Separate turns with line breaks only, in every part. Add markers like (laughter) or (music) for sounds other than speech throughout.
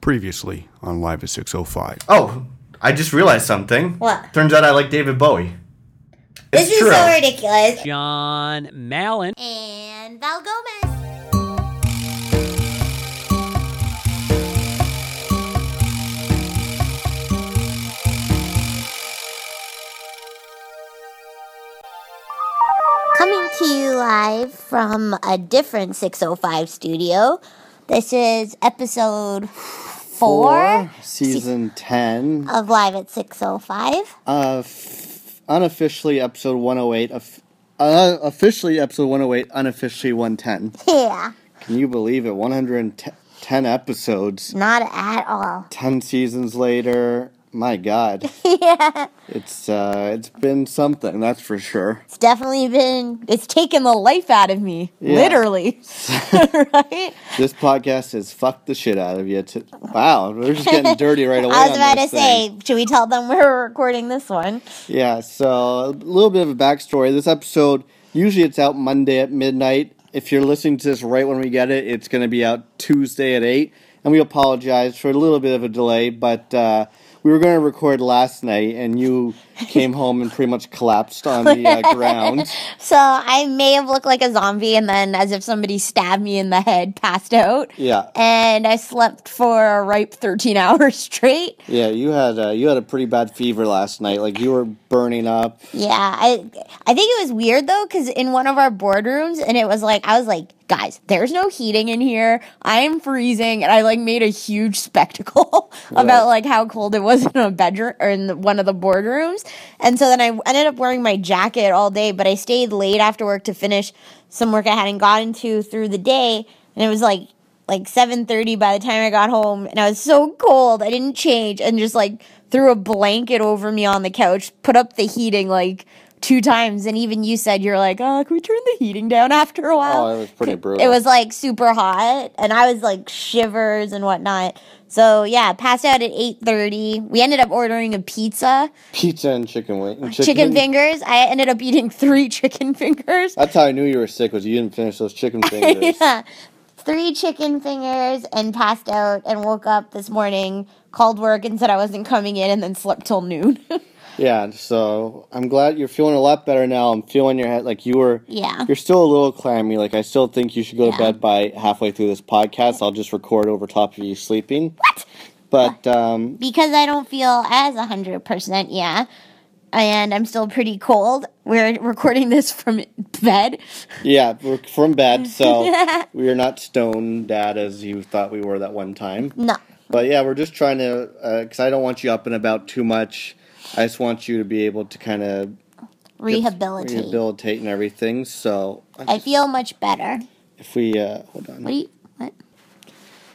previously on Live at 605.
Oh, I just realized something.
What?
Turns out I like David Bowie.
This
It's
is
true.
so ridiculous.
John Mallon.
And Val Gomez. Coming to you live from a different 605 studio. This is episode four,
season 10
of Live at 605.
uh f- unofficially episode 108 of uh, officially episode 108 unofficially 110
(laughs) Yeah,
can you believe it 110 episodes
not at all.
10 seasons later my god
(laughs) yeah.
it's uh it's been something that's for sure
It's definitely been
It's taken the life out of me,
Yeah. (laughs)
literally. right?
this podcast has fucked the shit out of you t- wow we're just
(laughs)
getting dirty right away
I
on
was about
this
to
thing.
say, should we tell them we're recording this one?
Yeah, so a little bit of a backstory. This episode, usually it's out Monday at midnight. If you're listening to this right when we get it, it's going to be out Tuesday at 8. And we apologize for a little bit of a delay, but uh, we were going to record last night, and you came home and pretty much collapsed on the uh, ground.
So I may have looked like a zombie and then, as if somebody stabbed me in the head, passed out.
Yeah.
And I slept for a ripe
(laughs)
13 hours straight.
Yeah, you had uh, you had a pretty bad fever last night. Like you were burning up.
Yeah, I I think it was weird though, because in one of our boardrooms, and it was like I was like, guys, there's no heating in here. I'm freezing, and I like made a huge (laughs) spectacle
About
about
like how cold it was (laughs) in a bedroom or in the- one of the boardrooms. And so then I ended up wearing my jacket all day, but I stayed late after work to finish some work I hadn't gotten to through the day. And it was like like 7:30 by the time I got home and I was so cold. I didn't change and just like threw a blanket over me on the couch, put up the heating like two times and even you said you're like, "Oh, can we turn the heating down after a while?"
Oh, it was pretty brutal.
It was
was like super hot and I was like shivers and whatnot. So yeah, passed out at eight thirty. We ended up ordering a pizza,
pizza and chicken wing. and
chicken fingers. I ended up eating (laughs) three chicken fingers,
That's how I knew you were sick. Was you didn't finish those chicken fingers?
Uh. (laughs) three chicken fingers, and passed out. And woke up this morning, called work, and said I wasn't coming in, and then slept till noon. (laughs)
Yeah, so I'm glad you're feeling a lot better now. I'm feeling your head like you were.
Yeah.
You're still a little clammy. Like I still think you should go to bed by halfway through this podcast. I'll just record over top of you sleeping. What? But um,
because I don't feel as 100%, yeah. And I'm still pretty cold. We're recording this from bed.
yeah, we're from bed, so we are not stone dad as you thought we were that one time.
No.
But yeah, we're just trying to because I don't want you up and about too much. I just want you to be able to kind of
Rehabilitate.
rehabilitate and everything. So
I feel much better.
if we uh, hold on.
What do you, what?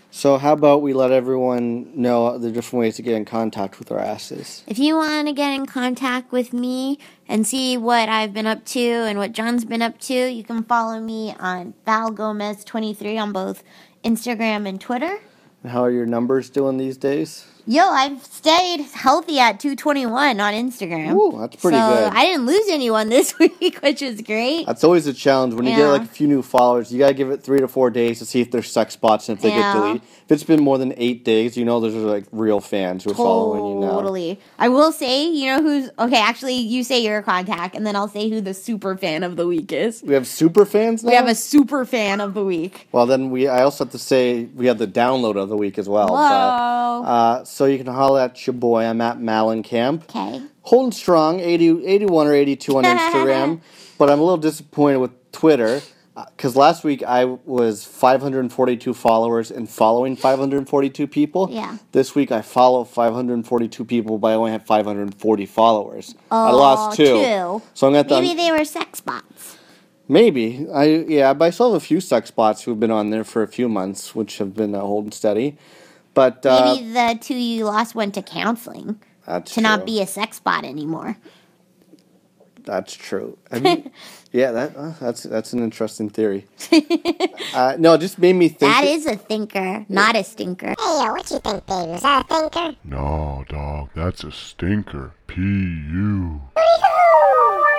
So how about we let everyone know the different ways to get in contact with our asses?
If you want to get in contact with me and see what I've been up to and what John's been up to, you can follow me on Val Gomez23 on both Instagram and Twitter.
And How are your numbers doing these days?
Yo, I've stayed healthy at 221 on Instagram.
Ooh, that's pretty
so
good.
I didn't lose anyone (laughs) this week, which is great.
That's always a challenge when you get
Yeah.
like a few new followers. You gotta give it three to four days to see if there's sex bots and if they
Yeah.
get deleted. If it's been more than eight days, you know those are like real fans who are following you now.
Totally. I will say, you know who's okay. Actually, you say your contact, and then I'll say who the super fan of the week is.
We have super fans now.
we have a super fan of the week.
well, then we. I also have to say we have the download of the week as well.
Whoa.
But, uh, so you can holler at your boy. I'm at Malencamp.
Okay.
holding strong 80, 81 or 82 on
(laughs)
instagram but i'm a little disappointed with twitter because last week i was 542 followers and following 542 people
Yeah.
this week i follow 542 people but i only have 540 followers i
Oh,
lost two,
two.
so i'm gonna have to
Maybe they were sex bots.
maybe i yeah but i still have a few sex bots who've been on there for a few months which have been uh, holding steady but uh,
Maybe the two you lost went to counseling
that's
to not
true.
be a sex bot anymore.
That's true. I
(laughs)
mean, yeah, that uh, that's that's an interesting theory. uh, no, it just made me think.
That is a thinker, not a stinker. (gasps)
No, dog, that's a stinker. P U.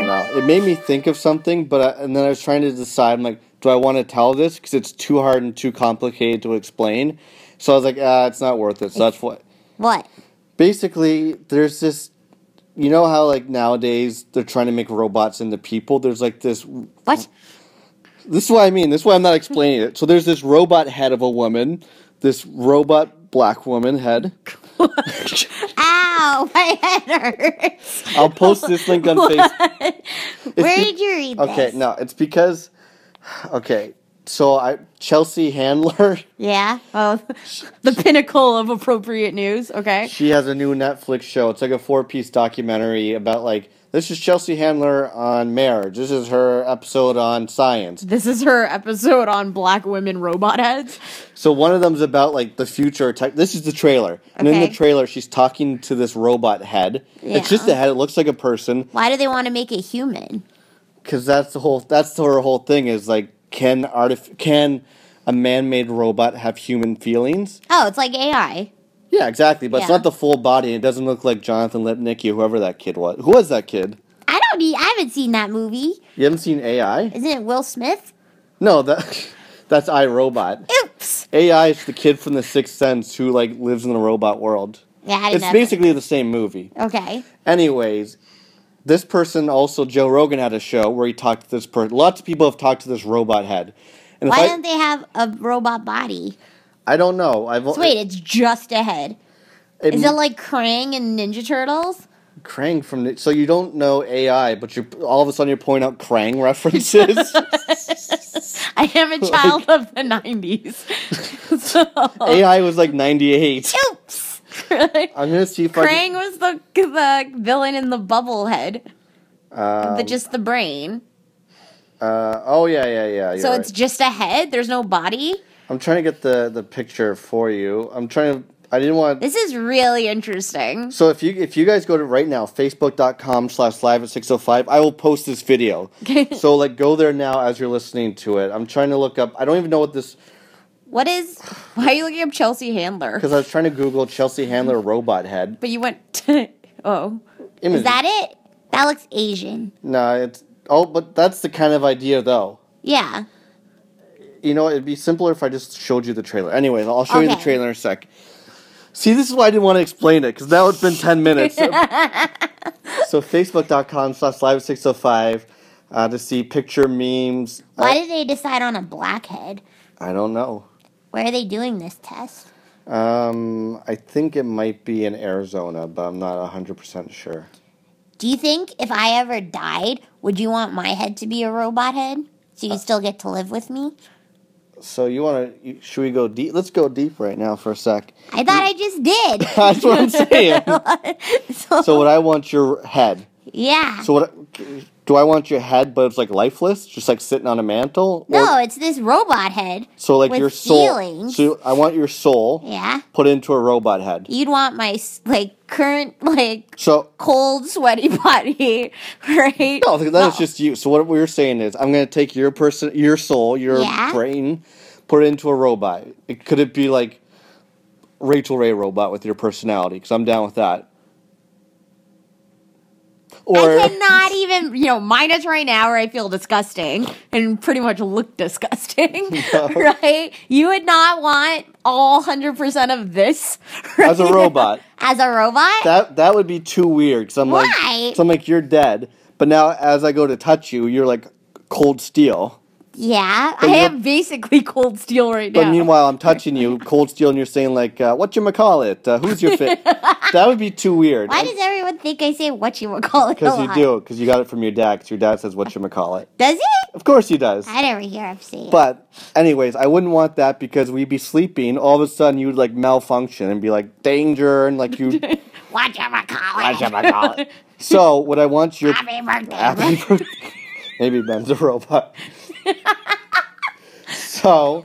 no, it made me think of something, but I, and then I was trying to decide. I'm like, do I want to tell this because it's too hard and too complicated to explain? So I was like, ah, it's not worth it. So that's what.
What?
Basically, there's this. You know how like nowadays they're trying to make robots into people. There's like this.
What?
This is what I mean. This is why I'm not explaining it. So there's this robot head of a woman. This robot black woman head.
(laughs)
Ow, my head hurts.
I'll post this
(laughs)
link on Facebook.
Where did you read this?
Okay, no, it's because okay, so I Chelsea Handler, (laughs)
Yeah.
Oh, (laughs) the pinnacle of appropriate news. Okay.
she has a new Netflix show. It's like a four-piece documentary about like this is Chelsea Handler on marriage. This is her episode on science.
This is her episode on black women robot heads.
So one of them's about like the future tech. This is the trailer. And in the
Okay.
trailer she's talking to this robot head. It's just a head. It looks like a person
Why do they want to make it human?
cuz that's the whole that's her whole thing is like can artif- can a man-made robot have human feelings?
Oh, it's like AI.
Yeah, exactly. But it's
Yeah.
not the full body. It doesn't look like Jonathan Lipnicki, whoever that kid was. Who was that kid?
I don't
e,
need. I haven't seen that movie.
You haven't seen AI?
Isn't it Will Smith?
No, that (laughs) that's iRobot.
Oops.
AI is the kid from The Sixth Sense who like lives in the robot world.
Yeah, I didn't
It's
know.
basically the same movie.
okay.
Anyways, this person also Joe Rogan had a show where he talked to this person. Lots of people have talked to this robot head. And if
Why
I,
don't they have a robot body?
I don't know. I've
So wait, it's just a head.
it,
Is it like Krang and Ninja Turtles?
Krang from the, so you don't know AI, but you are all of a sudden you're pointing out Krang
(laughs)
references.
I am a child of
(laughs)
the 90s. so,
AI was like 98.
oops. Krang
I'm gonna see if
was the, the villain in the bubble head,
I can.
the, just the brain.
uh, uh, oh yeah, yeah, yeah. You're
So
right.
it's just a head, there's no body.
I'm trying to get the the picture for you. I'm trying to. I didn't want.
This is really interesting.
So if you if you guys go to right now facebook.com slash live at 605 I will post this video. so like go there now as you're listening to it. I'm trying to look up. I don't even know what this
What is. Why are you looking up Chelsea Handler?
because I was trying to Google Chelsea Handler robot head
But you went. (laughs) To, oh.
image.
Is that it? That looks Asian.
No, it's oh, but that's the kind of idea though.
Yeah.
You know, it'd be simpler if I just showed you the trailer. Anyways, I'll show you the
Okay.
trailer in a sec. See, this is why I didn't want to explain it, because now it's been
(laughs)
10 minutes. so, facebook.com slash live605 uh, to see picture memes.
Why
I,
did they decide on a blackhead?
I don't know.
Where are they doing this test?
Um, I think it might be in Arizona, but I'm not 100% sure.
Do you think if I ever died, would you want my head to be a robot head? So
Uh.
you still get to live with me?
So you want to, should we go deep? Let's go deep right now for a sec. (laughs)
I thought I just did.
That's what I'm saying.
(laughs) so,
so what I want your head.
yeah.
So what do I want your head, but it's like lifeless, just like sitting on a mantle? Or-
no, it's this robot head.
so like
with
your soul.
feelings.
So I want your soul
Yeah.
put into a robot head.
You'd want my s- like current like
So
Cold,
(laughs)
sweaty body, right?
no, that's just you. So what we're saying is, I'm gonna take your person, your soul, your
Yeah.
brain, put it into a robot. It, could it be like Rachel Ray robot with your personality? Because I'm down with that. Or
I cannot even, you know, mine is right now where I feel disgusting and pretty much
(laughs)
look disgusting,
(laughs)
right? You would not want all 100%
(laughs)
of this right?
as a robot.
As a robot?
that that would be too weird. Cause I'm
Why?
like, so I'm like, you're dead. But now, as I go to touch you, you're like cold steel.
yeah.
I
I have
am
(laughs)
basically cold steel right
But
now.
meanwhile, I'm touching you, cold steel, and you're saying like, uh, "What you call it? Uh, who's
(laughs)
your fit?" that would be too weird.
why does everyone think I say what you would call it? a
Because you
lot?
do, because you got it from your dad. 'cause your dad says, "What you call it?"
Does it?
Of course he does.
I never hear him say it.
But anyways, I wouldn't want that because we'd be sleeping. All of a sudden, you'd like malfunction and be like danger, and
(laughs)
like you.
What you would call it?
call it? So what I want
(laughs)
your
Happy birthday.
Happy birthday. (laughs) Maybe Ben's
(laughs)
a robot. so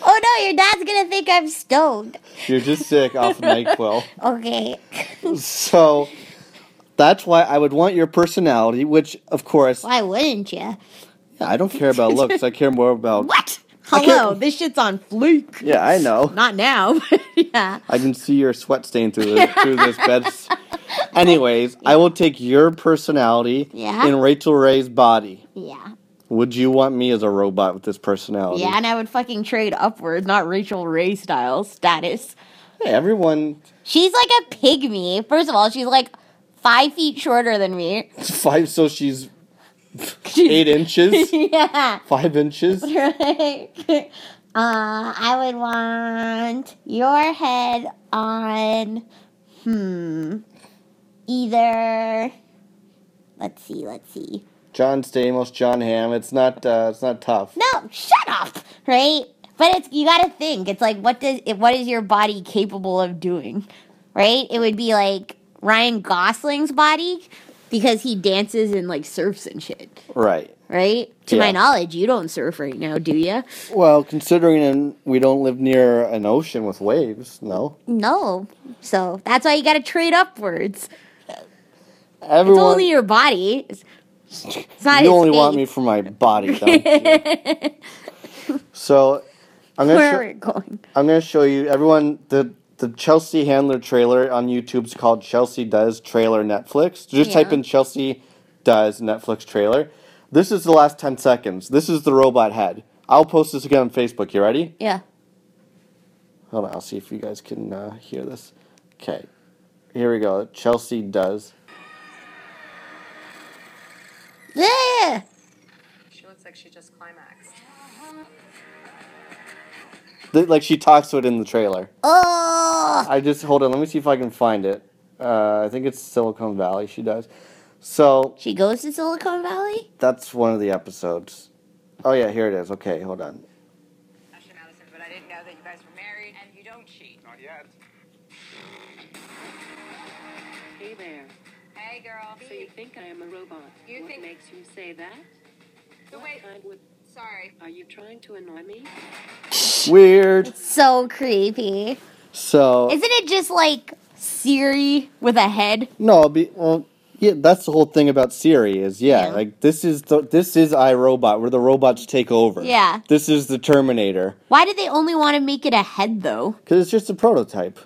Oh no, your dad's gonna think I'm stoned.
you're just sick
(laughs)
off NyQuil.
Okay.
So that's why I would want your personality, which of course
Why wouldn't you?
I don't care about looks. I care more about
What?
Hello, this shit's on fleek.
Yeah, I know.
Not now, (laughs) but yeah.
I can see your sweat stain through this, through
(laughs)
this bed. Anyways, I will take your personality
Yeah.
in Rachel Ray's body.
Yeah.
Would you want me as a robot with this personality?
Yeah, and I would fucking trade upwards, not Rachel Ray style status.
Hey, everyone
She's like a pygmy. First of all, she's like five feet shorter than me. (laughs)
five, so she's eight
(laughs)
inches,
yeah.
five inches.
uh, (laughs) I would want your head on, hmm, either. Let's see, let's see.
John Stamos, John Hamm. It's not. Uh, it's not tough.
No, shut up, right? But it's you got to think. It's like what does what is your body capable of doing, right? It would be like Ryan Gosling's body because he dances and like surfs and shit,
Right.
right? To my
Yeah.
knowledge, you don't surf right now, do you?
Well, considering um, we don't live near an ocean with waves, no.
No. So that's why you got to trade upwards. It's
Everyone,
only your body. It's, it's not
you
his
only want me
face.
for my body, don't you?
(laughs)
so, I'm gonna
Where are
show,
we going?
I'm gonna show you everyone the the Chelsea Handler trailer on YouTube's called Chelsea Does Trailer Netflix. Just type
Yeah.
in Chelsea Does Netflix Trailer. This is the last ten seconds. This is the robot head. I'll post this again on Facebook. You ready?
Yeah.
Hold on, I'll see if you guys can uh, hear this. Okay, here we go. Chelsea does.
Yeah.
She looks like she just climaxed.
Th- Like she talks to it in the trailer.
Oh.
I just hold on. Let me see if I can find it. Uh, I think it's Silicon Valley. She does. So
She goes to Silicon Valley?
that's one of the episodes. Oh yeah, here it is. Okay, hold on.
Ashley Madison, but I didn't know that you guys were married and you don't cheat. Not yet.
Hey there.
Hey, girl.
So you think I am a robot?
You
what
think-
makes you say that?
So
What
wait,
kind would-
sorry.
Are you trying to annoy me?
Weird.
So creepy.
So
Isn't it just like Siri with a head?
no, it'll be, well, yeah. That's the whole thing about Siri is yeah.
Yeah.
Like this is the this is iRobot where the robots take over.
Yeah.
This is the Terminator
Why did they only want to make it a head though?
because it's just a prototype.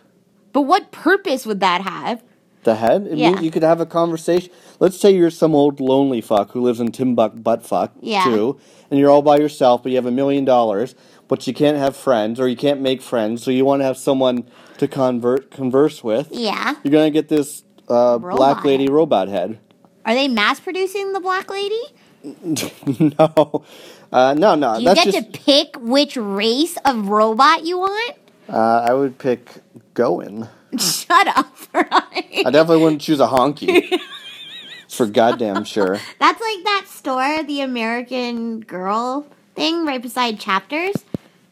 But what purpose would that have?
The head? It
Yeah.
means you could have a conversation. Let's say you're some old lonely fuck who lives in Timbuk Buttfuck,
Yeah.
too, and you're all by yourself, but you have a million dollars, but you can't have friends or you can't make friends, so you want to have someone to convert converse with.
Yeah.
You're gonna get this uh, black
Robot
lady
head.
robot head. (laughs)
Are they mass producing the black lady?
no, uh, no, no.
Do you
that's
get
just
to pick which race of robot you want? (laughs)
uh, I would pick Goin.
Shut up, (laughs) right?
I definitely wouldn't choose a
(laughs)
honky. For goddamn sure.
That's like that store, the American Girl thing, right beside Chapters,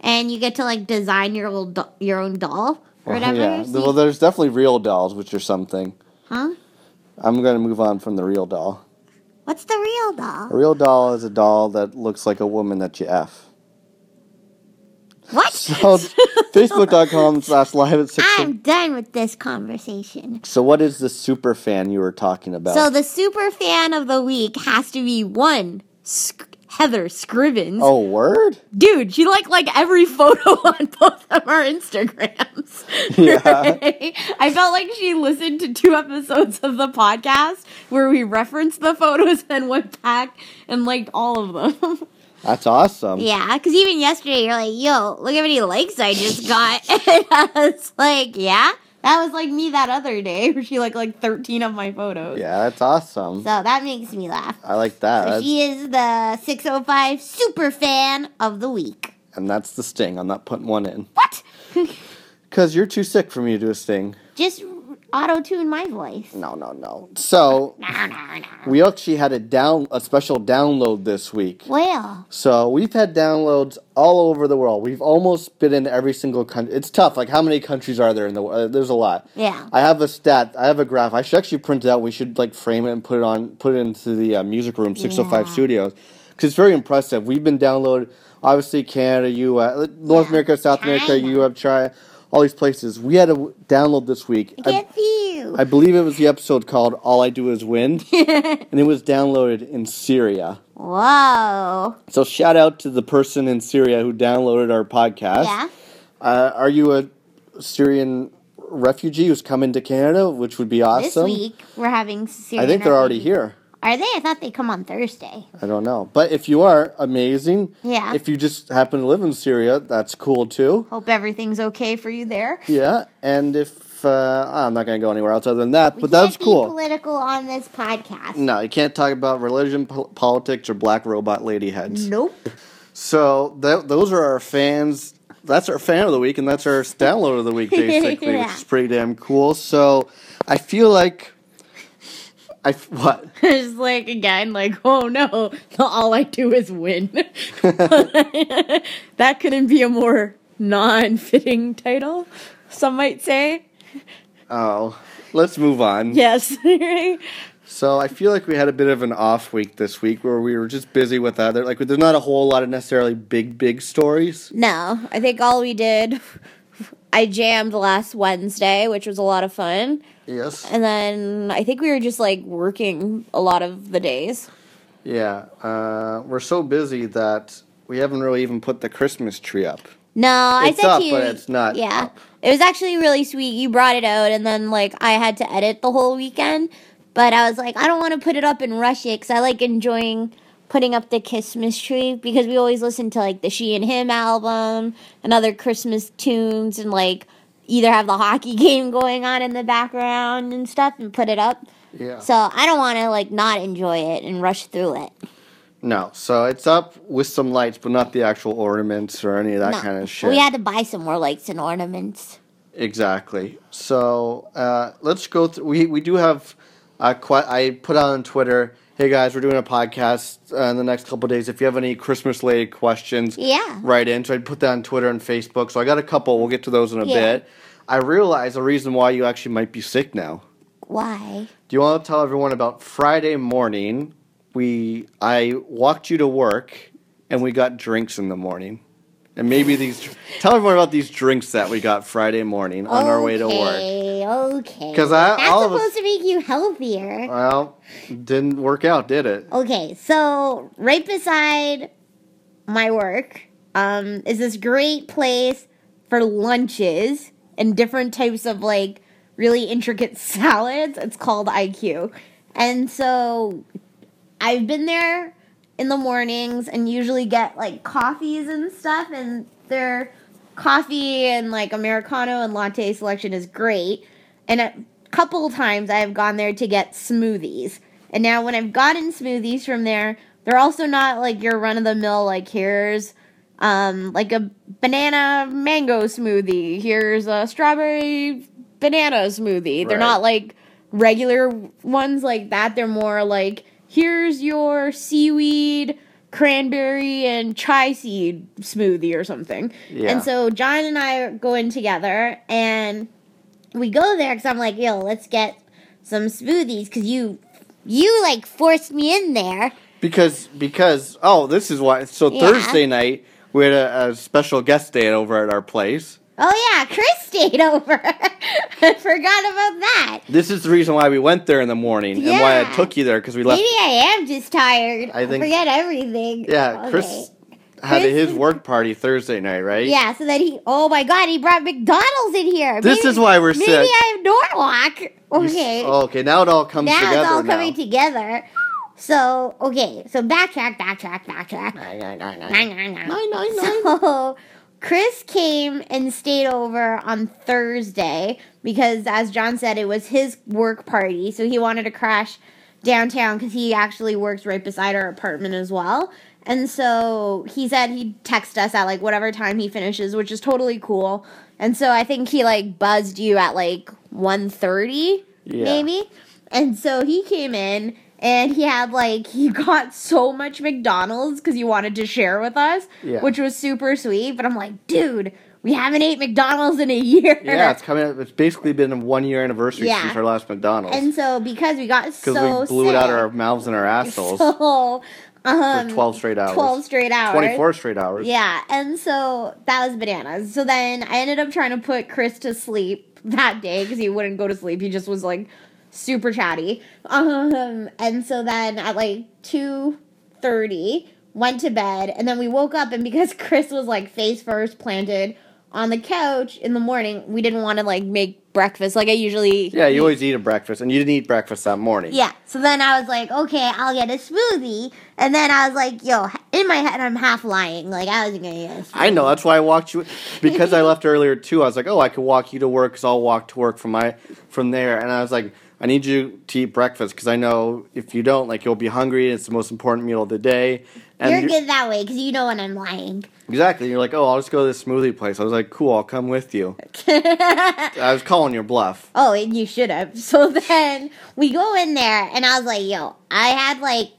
and you get to like design your little do- your own doll or whatever.
Oh, Yeah.
So
Well,
you-
there's definitely real dolls, which are something.
huh?
I'm going to move on from the real doll.
What's the real
A
doll?
real doll is a doll that looks like a woman that you F.
What? (laughs)
So, Facebook.com slash live at 6.
I'm done with this conversation.
So, what is the super fan you were talking about?
So the super fan of the week has to be one Sc- Heather Scrivens.
oh, word?
Dude, she liked like every (laughs) photo on both of our Instagrams. (laughs)
Yeah.
I felt like she listened to two episodes of the podcast where we referenced the photos (laughs) and went back and liked all of them. (laughs)
That's awesome.
Yeah, because even yesterday you're like, yo, look how many likes I just got. (laughs) and I was like, yeah, that was like me that other day where she liked like 13 of my photos.
Yeah, that's awesome.
So that makes me laugh.
I like that.
So
That's-
she is the 605 super fan of the week.
and that's the sting. I'm not putting one in.
What?
Because you're too sick for me to do a sting.
Just auto tune my voice.
No, no, no. So, we actually had a, down, a special download this week.
Well,
So we've had downloads all over the world. We've almost been in every single country. It's tough. Like how many countries are there in the world? There's a lot.
Yeah.
I have a stat. I have a graph. I should actually print it out. We should like frame it and put it on. Put it into the uh, music room 605 studios because it's very impressive. We've been downloaded. Obviously, Canada, U.S., North America, South America,
China.
Europe, China, all these plaplaces. We had a w- download this week. I-
get you.
I believe it was the episode called "All I Do Is
(laughs)
Win," and it was downloaded in Syria.
Whoa.
So shout out to the person in Syria who downloaded our podcast.
Yeah.
Uh, are you a Syrian refugee who's coming to Canada, which would be
This
awesome?
week we're having Syrian
I think they're already
refugees.
here.
Are they? I thought they come on Thursday.
I don't know. But if you are, amazing.
Yeah. Oh.
If you just happen to live in Syria, that's cool too.
Hope everything's okay for you there.
Yeah. And if, uh, I'm not going to go anywhere else other than that,
We
but that's
can't be
cool.
Political on this podcast.
no, you can't talk about religion, po- politics, or black robot lady heads.
Nope.
So tho- those are our fans. That's our fan of the week, and that's our download of the week, basically, (laughs)
Yeah.
which is pretty damn cool. So I feel like I f- what
(laughs) It's like again, like (laughs) oh no, all I do is win. (laughs) that couldn't be a more non-fitting title. Some might say
oh. Let's move on.
yes. (laughs)
So I feel like we had a bit of an off week this week, where we were just busy with other like there's not a whole lot of necessarily big big stories.
No, I think all we did, I jammed last Wednesday, which was a lot of fun,
Yes.
and then I think we were just like working a lot of the days.
Yeah. Uh, we're so busy that we haven't really even put the Christmas tree up.
No,
It's
I said
up,
to you,
but it's not
Yeah,
up.
it was actually really sweet. You brought it out, and then like I had to edit the whole weekend, but I was like, I don't want to put it up and rush it because I like enjoying putting up the Christmas tree because we always listen to like the She and Him album and other Christmas tunes, and like either have the hockey (laughs) game going on in the background and stuff, and put it up.
Yeah.
So I don't want to like not enjoy it and rush through it.
No, so it's up with some lights, but not the actual ornaments or any of that
No.
kind of shit.
We had to buy some more lights and ornaments.
exactly. So uh, let's go through. We we do have. Uh, quite, I put out on Twitter. Hey guys, we're doing a podcast uh, in the next couple days. If you have any Christmas related questions,
Yeah.
write in. So I put that on Twitter and Facebook. So I got a couple. We'll get to those in a
Yeah.
bit. I realize the reason why you actually might be sick now.
Why?
Do you want to tell everyone about Friday morning? We I walked you to work, and we got drinks in the morning, and maybe these. tell everyone about these drinks that we got Friday morning on our way to work.
Okay, Okay.
'Cause I-
That's
all of us-
supposed to make you healthier.
Well, didn't work out, did it?
Okay, so right beside my work um, is this great place for lunches and different types of like really intricate (laughs) salads. It's called IQ. And so I've been there in the mornings and usually get like coffees and stuff, and their coffee and like Americano and latte selection is great. And a couple times I have gone there to get smoothies. And now when I've gotten smoothies from there, they're also not like your run of the mill, like here's um, like a banana mango smoothie, here's a strawberry banana smoothie. They're
Right.
not like regular ones like that. They're more like here's your seaweed, cranberry, and chai seed smoothie or something.
Yeah.
And so John and I go in together and we go there because I'm like, yo, let's get some smoothies because you you like forced me in there.
Because because oh, this is why. So
Yeah.
Thursday night we had a, a special guest day over at our place.
Oh yeah, Chris stayed (laughs) over. I forgot about that.
This is the reason why we went there in the morning and why I
Yeah.
took you there because we left.
Maybe I am just tired.
I
I
think-
forget everything.
Yeah,
Okay.
Chris had
Chris-
his work party Thursday night, right?
Yeah, so that he. Oh my God, he brought McDonald's in here.
This is why we're
maybe
sick.
I'm Norwalk.
You s-
Okay,
oh, okay, now it all comes
now
together.
it's all
now.
coming together. So okay, so backtrack, backtrack, backtrack. So (laughs) Chris came and stayed over on Thursday because, as John said, it was his work party, so he wanted to crash downtown because he actually works right beside our apartment as well. And so he said he'd text us at like whatever time he finishes, which is totally cool. And so I think he like buzzed you at like 1.30
Yeah.
maybe. And so he came in and he had like he (laughs) got so much McDonald's because he wanted to share with us,
Yeah.
which was super sweet. But I'm like, dude, we haven't ate McDonald's in a (laughs) year.
yeah, it's coming. up- It's basically been a one year anniversary
Yeah.
since our last McDonald's
and so because we got so
because we blew it
sick,
out of our
(laughs)
mouths and our assholes
so um,
for twelve straight hours,
12 straight hours,
twenty-four straight hours.
Yeah, and so that was bananas. So then I ended up trying to put Chris to sleep that day because he wouldn't go to sleep. He just was like super chatty. Um, and so then at like two (laughs) thirty, went to bed, and then we woke up, and because Chris was like face first planted on the couch in the morning. We didn't want to like make breakfast like I usually
Yeah, you always eat a breakfast, and you didn't eat breakfast that morning.
Yeah. So then I was like, okay, I'll get a smoothie. And then I was like, yo, in my head, I'm half lying. Like, I wasn't going to get a smoothie.
I know. That's why I walked you because I left earlier too. I was like, oh, I could walk you to work because I'll walk to work from my from there. And I was like, I need you to eat breakfast because I know if you don't, like, you'll be hungry. and It's the most important meal of the day. And
You're
you-
good that way because you know when I'm lying.
Exactly. You're like, oh, I'll just go to this smoothie place. I was like, cool, I'll come with
(laughs)
you. I was calling your bluff.
Oh, and you should have. (laughs) So then we go in there, and I was like, yo, I had like,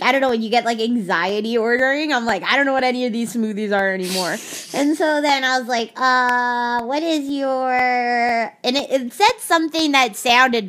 I don't know, when you get like anxiety ordering. I'm like, I don't know what any of these smoothies are anymore. and so then I was like, uh, what is your. And it, it said something that sounded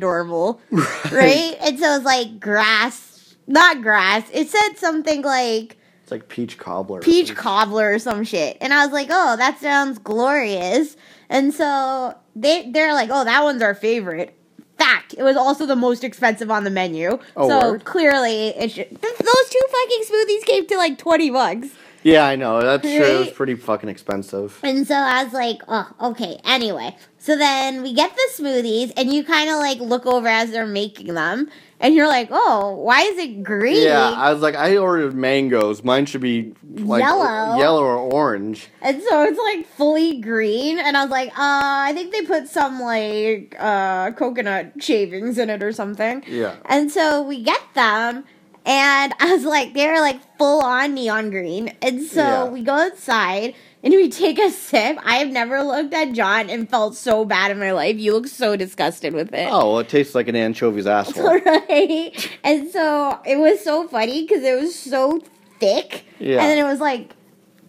(laughs)
normal, right? And so it was like grass, not grass. It said something like
It's like peach cobbler.
peach cobbler or some shit. And I was like, oh, that sounds glorious. And so they they're like, oh, that one's our favorite. Fact, it was also the most expensive on the menu.
Oh,
so
word.
clearly, it should, th- those two fucking smoothies came to like twenty bucks.
Yeah, I know. That's true. It was
Right?
pretty fucking expensive.
And so I was like, oh, okay. Anyway, so then we get the smoothies, and you kind of like look over as they're making them, and you're like, oh, why is it green?
Yeah, I was like, I ordered mangoes. Mine should be like
Yellow.
yellow or orange.
And so it's like fully green, and I was like, uh, I think they put some like uh coconut shavings in it or something.
Yeah.
And so we get them, and I was like, they're like full on neon green. And so
Yeah.
we go outside and we take a sip. I have never looked at John and felt so bad in my life. You look so disgusted with it.
Oh, well, it tastes like an anchovy's asshole.
(laughs) right? And so it was so funny because it was so thick.
Yeah.
And then it was like,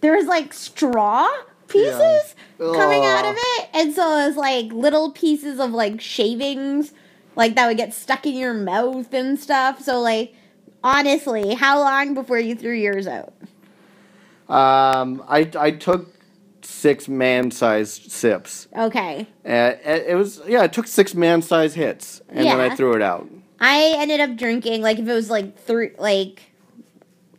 there was like straw pieces
Yeah.
coming out of
Ugh.
it. And so it was like little pieces of like shavings, like that would get stuck in your mouth and stuff. So, like, honestly, how long before you threw yours out?
Um, I I took six man-sized sips.
Okay.
Uh, it it was yeah, I took six man-sized hits, and then I
Yeah.
threw it out.
I ended up drinking, like, if it was like three, like,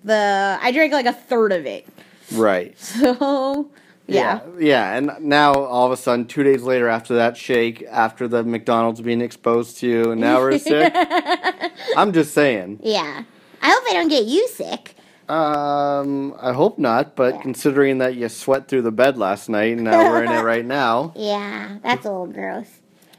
the, I drank like a third of it. (laughs)
Right.
So, yeah.
yeah, yeah, and now all of a sudden, two days later, after that shake, after the McDonald's being exposed to you, and now we're sick. I'm just saying.
Yeah. I hope I don't get you sick.
Um, I hope not, but considering that you sweat through the bed last night, and now we're in it right now,
Yeah, that's a little gross.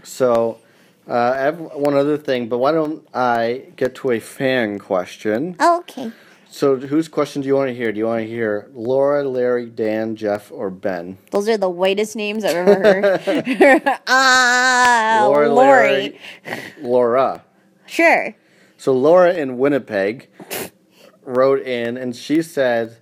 so. Uh, I have one other thing, but why don't I get to a fan question?
Oh, Okay.
So, whose question do you want to hear? Do you want to hear Laura, Larry, Dan, Jeff, or Ben?
Those are the whitest names I've ever heard. (laughs) Ah,
Laura,
Lori.
Larry, Laura.
Sure.
So Laura in Winnipeg wrote in and she said,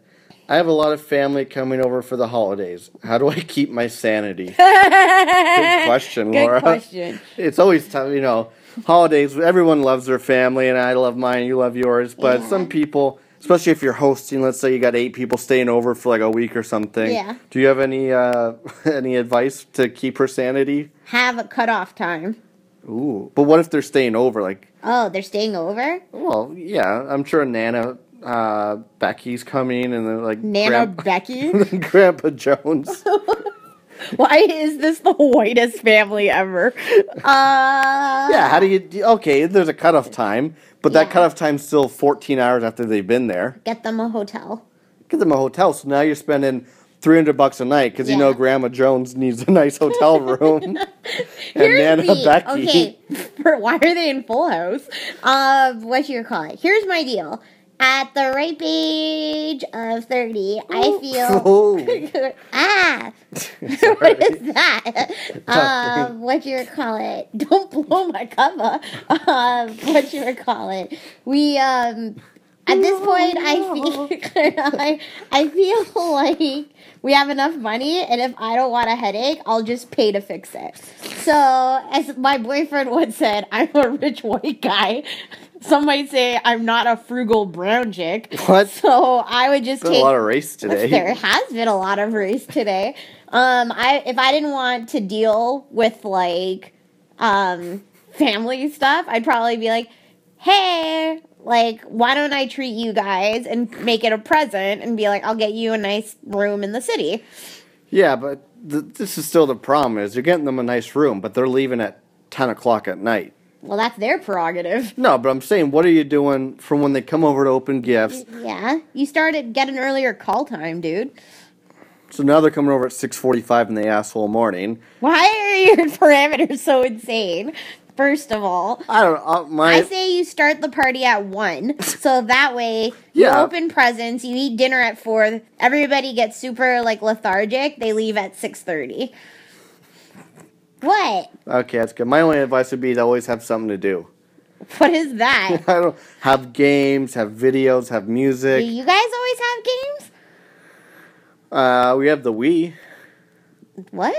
I have a lot of family coming over for the holidays. How do I (laughs) keep my sanity?
(laughs)
Good question, Laura.
question.
It's always tough, you know, holidays, everyone loves their family, and I love mine, you love yours, but some people, especially if you're hosting, let's say you got eight people staying over for like a week or something.
Yeah.
Do you have any uh, (laughs) any advice to keep her sanity?
Have a cutoff time.
Ooh. But what if they're staying over? Like,
Oh, they're staying over?
Well, yeah, I'm sure Nana uh, Becky's coming, and then like
Nana
Grand-
(laughs) Becky?
(laughs) Grandpa
(laughs)
Jones.
Why is this the whitest family ever? Uh,
yeah, how do you? do- Okay, there's a cutoff time, but that
Yeah.
cutoff time's still 14 hours after they've been there.
Get them a hotel.
Get them a hotel, so now you're spending 300 bucks a night because you know
Yeah.
Grandma Jones needs a nice
(laughs)
hotel room. and (laughs)
Here's
Nana
(laughs) the-
Becky.
Okay, for, why are they in Full House? Uh, what you call it? Here's my deal. At the ripe age of thirty, I
(laughs)
feel
Oh,
(laughs) ah. what is that? Uh, what you call it? (laughs) Don't blow my cover. Uh, what you call it? We um. At this point, I feel (laughs) I, I feel like we have enough money, and if I don't want a headache, I'll just pay to fix it. So, as my boyfriend once said, I'm a rich white guy. Some might say I'm not a frugal brown chick.
What?
So I would just
been a
take
lot of race
there
today.
has been a lot of race today. Um, I if I didn't want to deal with like um family stuff, I'd probably be like, hey, like why don't I treat you guys and make it a present and be like, I'll get you a nice room in the city.
Yeah, but th- this is still the problem is you're getting them a nice room, but they're leaving at ten o'clock at night.
Well, that's their
(laughs)
prerogative.
No, but I'm saying, what are you doing from when they come over to open gifts?
Yeah, you started get an earlier call time, dude.
So now they're coming over at six forty-five in the asshole morning.
Why are
(laughs)
your parameters so insane? First of all,
I don't. Uh, my
I say you start the party at one, so that way you
Yeah.
open presents, you eat dinner at four. Everybody gets super like lethargic. They leave at six thirty. What?
okay, that's good. My only advice would be to always have something to do. (laughs)
What is that?
I don't have games, have videos, have
Do
music.
you guys always have games?
Uh, we have the Wii,
What?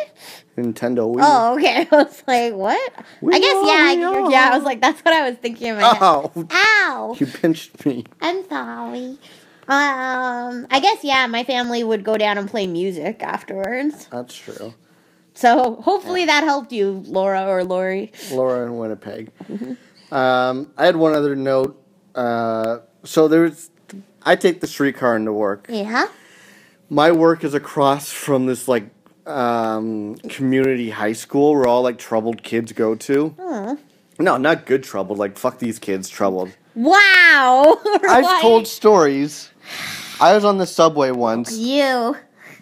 Nintendo Wii. (laughs)
Oh, okay. (laughs) I was like, what?
We
I guess
are,
yeah, I-
we are.
yeah. I was like, that's what I was thinking in my
(laughs)
head.
Ow,
Ow!
Oh, you pinched me.
I'm sorry. Um, I guess yeah, my family would go down and play music afterwards.
That's true.
So hopefully that helped you, Laura or Lori.
Laura in Winnipeg.
Mm-hmm.
Um, I had one other note. Uh, so there's, I take the streetcar into work.
Yeah.
My work is across from this like um, community high school where all like troubled kids go to.
Hmm.
No, not good troubled. Like fuck these kids, troubled.
Wow. (laughs)
I've
Right.
told stories. I was on the subway once.
you.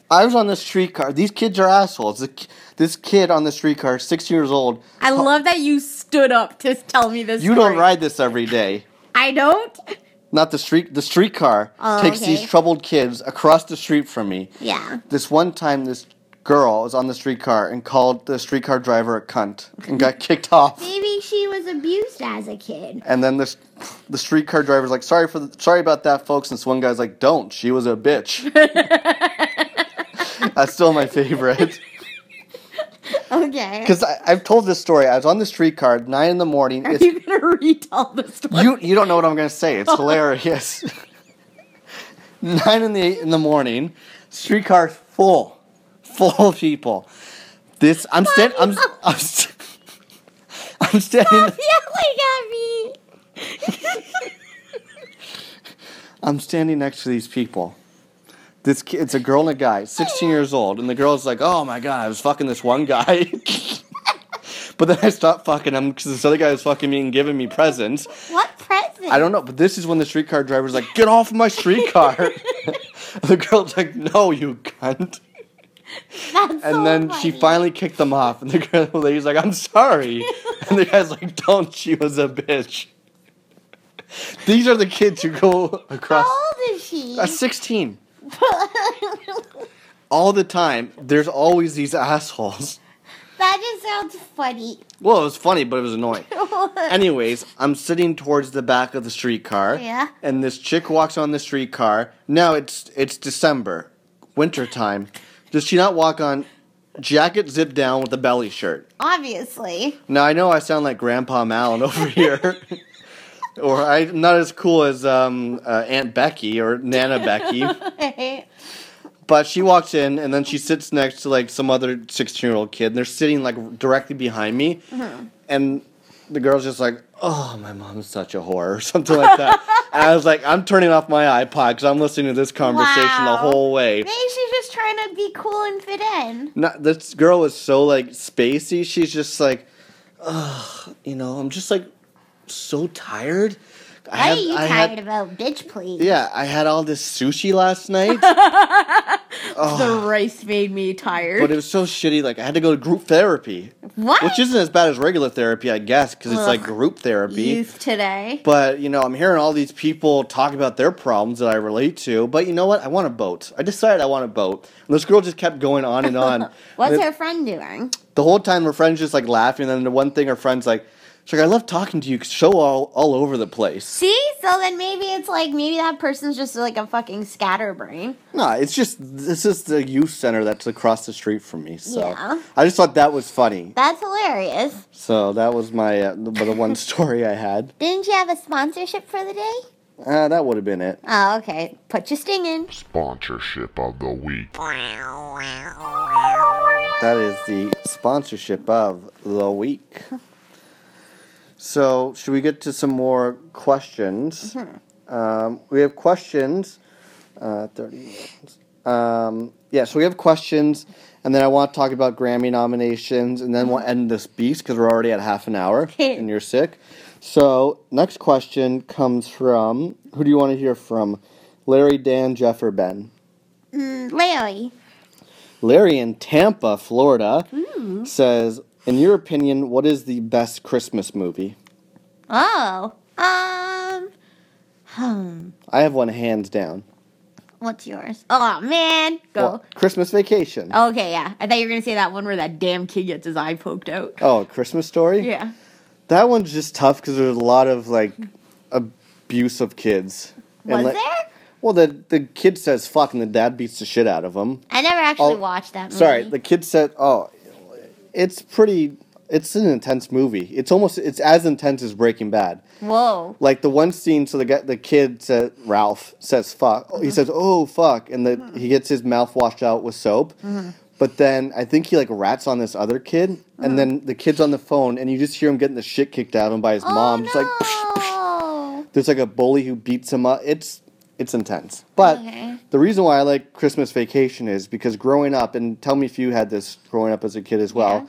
I was on the streetcar. These kids are assholes. The ki- This kid on the streetcar, six years old.
I love that you stood up to tell me this.
You
story.
don't ride this every day.
I don't.
Not the street. The streetcar
Oh,
takes
okay.
these troubled kids across the street from me.
Yeah.
This one time, this girl was on the streetcar and called the streetcar driver a cunt and got kicked off.
Maybe she was abused as a kid.
And then this, the streetcar driver's like, "Sorry for, the, sorry about that, folks." And this one guy's like, "Don't." She was a bitch. That's still my favorite. (laughs)
Okay.
Because I've told this story. I was on the streetcar at nine in the morning. It's,
You're gonna retell the story.
you you don't know what I'm gonna say. It's hilarious. nine in the in the morning, streetcar full, full of people. This I'm standing. I'm I'm, st- I'm
(laughs)
standing.
yelling
I'm standing next to these people. This kid, it's a girl and a guy, 16 years old, and the girl's like, "Oh my god, I was fucking this one guy." (laughs) but then I stopped fucking him because this other guy was fucking me and giving me presents.
(laughs) What present?
I don't know, but this is when the streetcar driver's like, "Get off my streetcar!" (laughs) the girl's like, "No, you cunt!"
That's
And then she finally kicked them off, and the girl, the lady's like, "I'm sorry," and the guy's like, "Don't." She was a bitch. These are the kids who go across.
How old is
(laughs)
she?
A 16. All the time, there's always these assholes.
(laughs) That just sounds funny.
Well, it was funny, but it was annoying. Anyways, I'm sitting towards the back of the streetcar.
Yeah.
And this chick walks on the streetcar. Now it's it's December, winter time. Does she not walk on jacket zip down with a belly shirt?
Obviously.
(laughs)
Now I know I sound like Grandpa Malin over here, or I'm not as cool as um, uh, Aunt Becky or Nana Becky. But she walks in and then she sits next to like some other 16 year old kid, and they're sitting like directly behind me.
Mm-hmm.
And the girl's just like, oh, my mom's such a whore, (laughs) or something like that. and I was like, I'm turning off my iPod because I'm listening to this conversation the
Wow.
whole way.
Maybe she's just trying to be cool and fit in.
Not, this girl was so like spacey, she's just like, ugh, you know, I'm just like so tired. I
Why
had-
are you
I had-
tired about bitch, please?
yeah, I had all this sushi
(laughs)
last night.
The rice made me tired.
But it was so shitty. Like I had to go to group therapy,
What?
which isn't as bad as regular therapy, I guess, because it's like group therapy.
Youth today.
But you know, I'm hearing all these people talk about their problems that I relate to. But you know what? I want a boat. I decided I want a boat. And this girl just kept going on and on.
(laughs) What's
the,
her friend doing?
the whole time, her friend's just like laughing. And then the one thing her friend's like, she's like, "I love talking to you. 'cause You're so all all over the place."
See? So then maybe it's like, maybe that person's just like a fucking scatterbrain.
No, it's just this is the youth center that's across the street from me. So
Yeah.
I just thought that was funny.
That's hilarious.
So that was my uh, the, the one (laughs) story I had.
Didn't you have a sponsorship for the day?
Uh, that would have been it.
Oh, okay. Put your sting in.
Sponsorship of the week.
That is the sponsorship of the week. So, should we get to some more questions? Um, we have questions. Uh, Thirty. minutes. Um, yeah, so we have questions, and then I want to talk about Grammy nominations, and then we'll end this beast because we're already at half an hour, and you're sick. So next question comes from who do you want to hear from? Larry, Dan, Jeff, or Ben?
Larry.
Larry in Tampa, Florida,
Hmm.
says, "In your opinion, what is the best Christmas movie?"
Oh. Um. Hmm.
I have one hands down.
What's yours? Oh man, go.
Well, Christmas Vacation. Oh.
okay, yeah. I thought you were gonna say that one where that damn kid gets his eye poked out.
Oh. Christmas Story.
Yeah.
That one's just tough because there's a lot of like abuse of kids. And,
Was
like-
there?
Well, the the kid says fuck, and the dad beats the shit out of him.
I never actually
Oh,
watched that movie.
Sorry, the kid said, "Oh, it's pretty. It's an intense movie. It's almost it's as intense as Breaking Bad.
Whoa.
Like the one scene, so the guy, the kid said Ralph says fuck. He says, "Oh fuck," and the, he gets his mouth washed out with soap. But then I think he like rats on this other kid, and then the kid's on the phone, and you just hear him getting the shit kicked out of him by his mom. It's like
Oh.
there's like a bully who beats him up. It's it's intense. But
Okay.
the reason why I like Christmas Vacation is because growing up, and tell me if you had this growing up as a kid as well.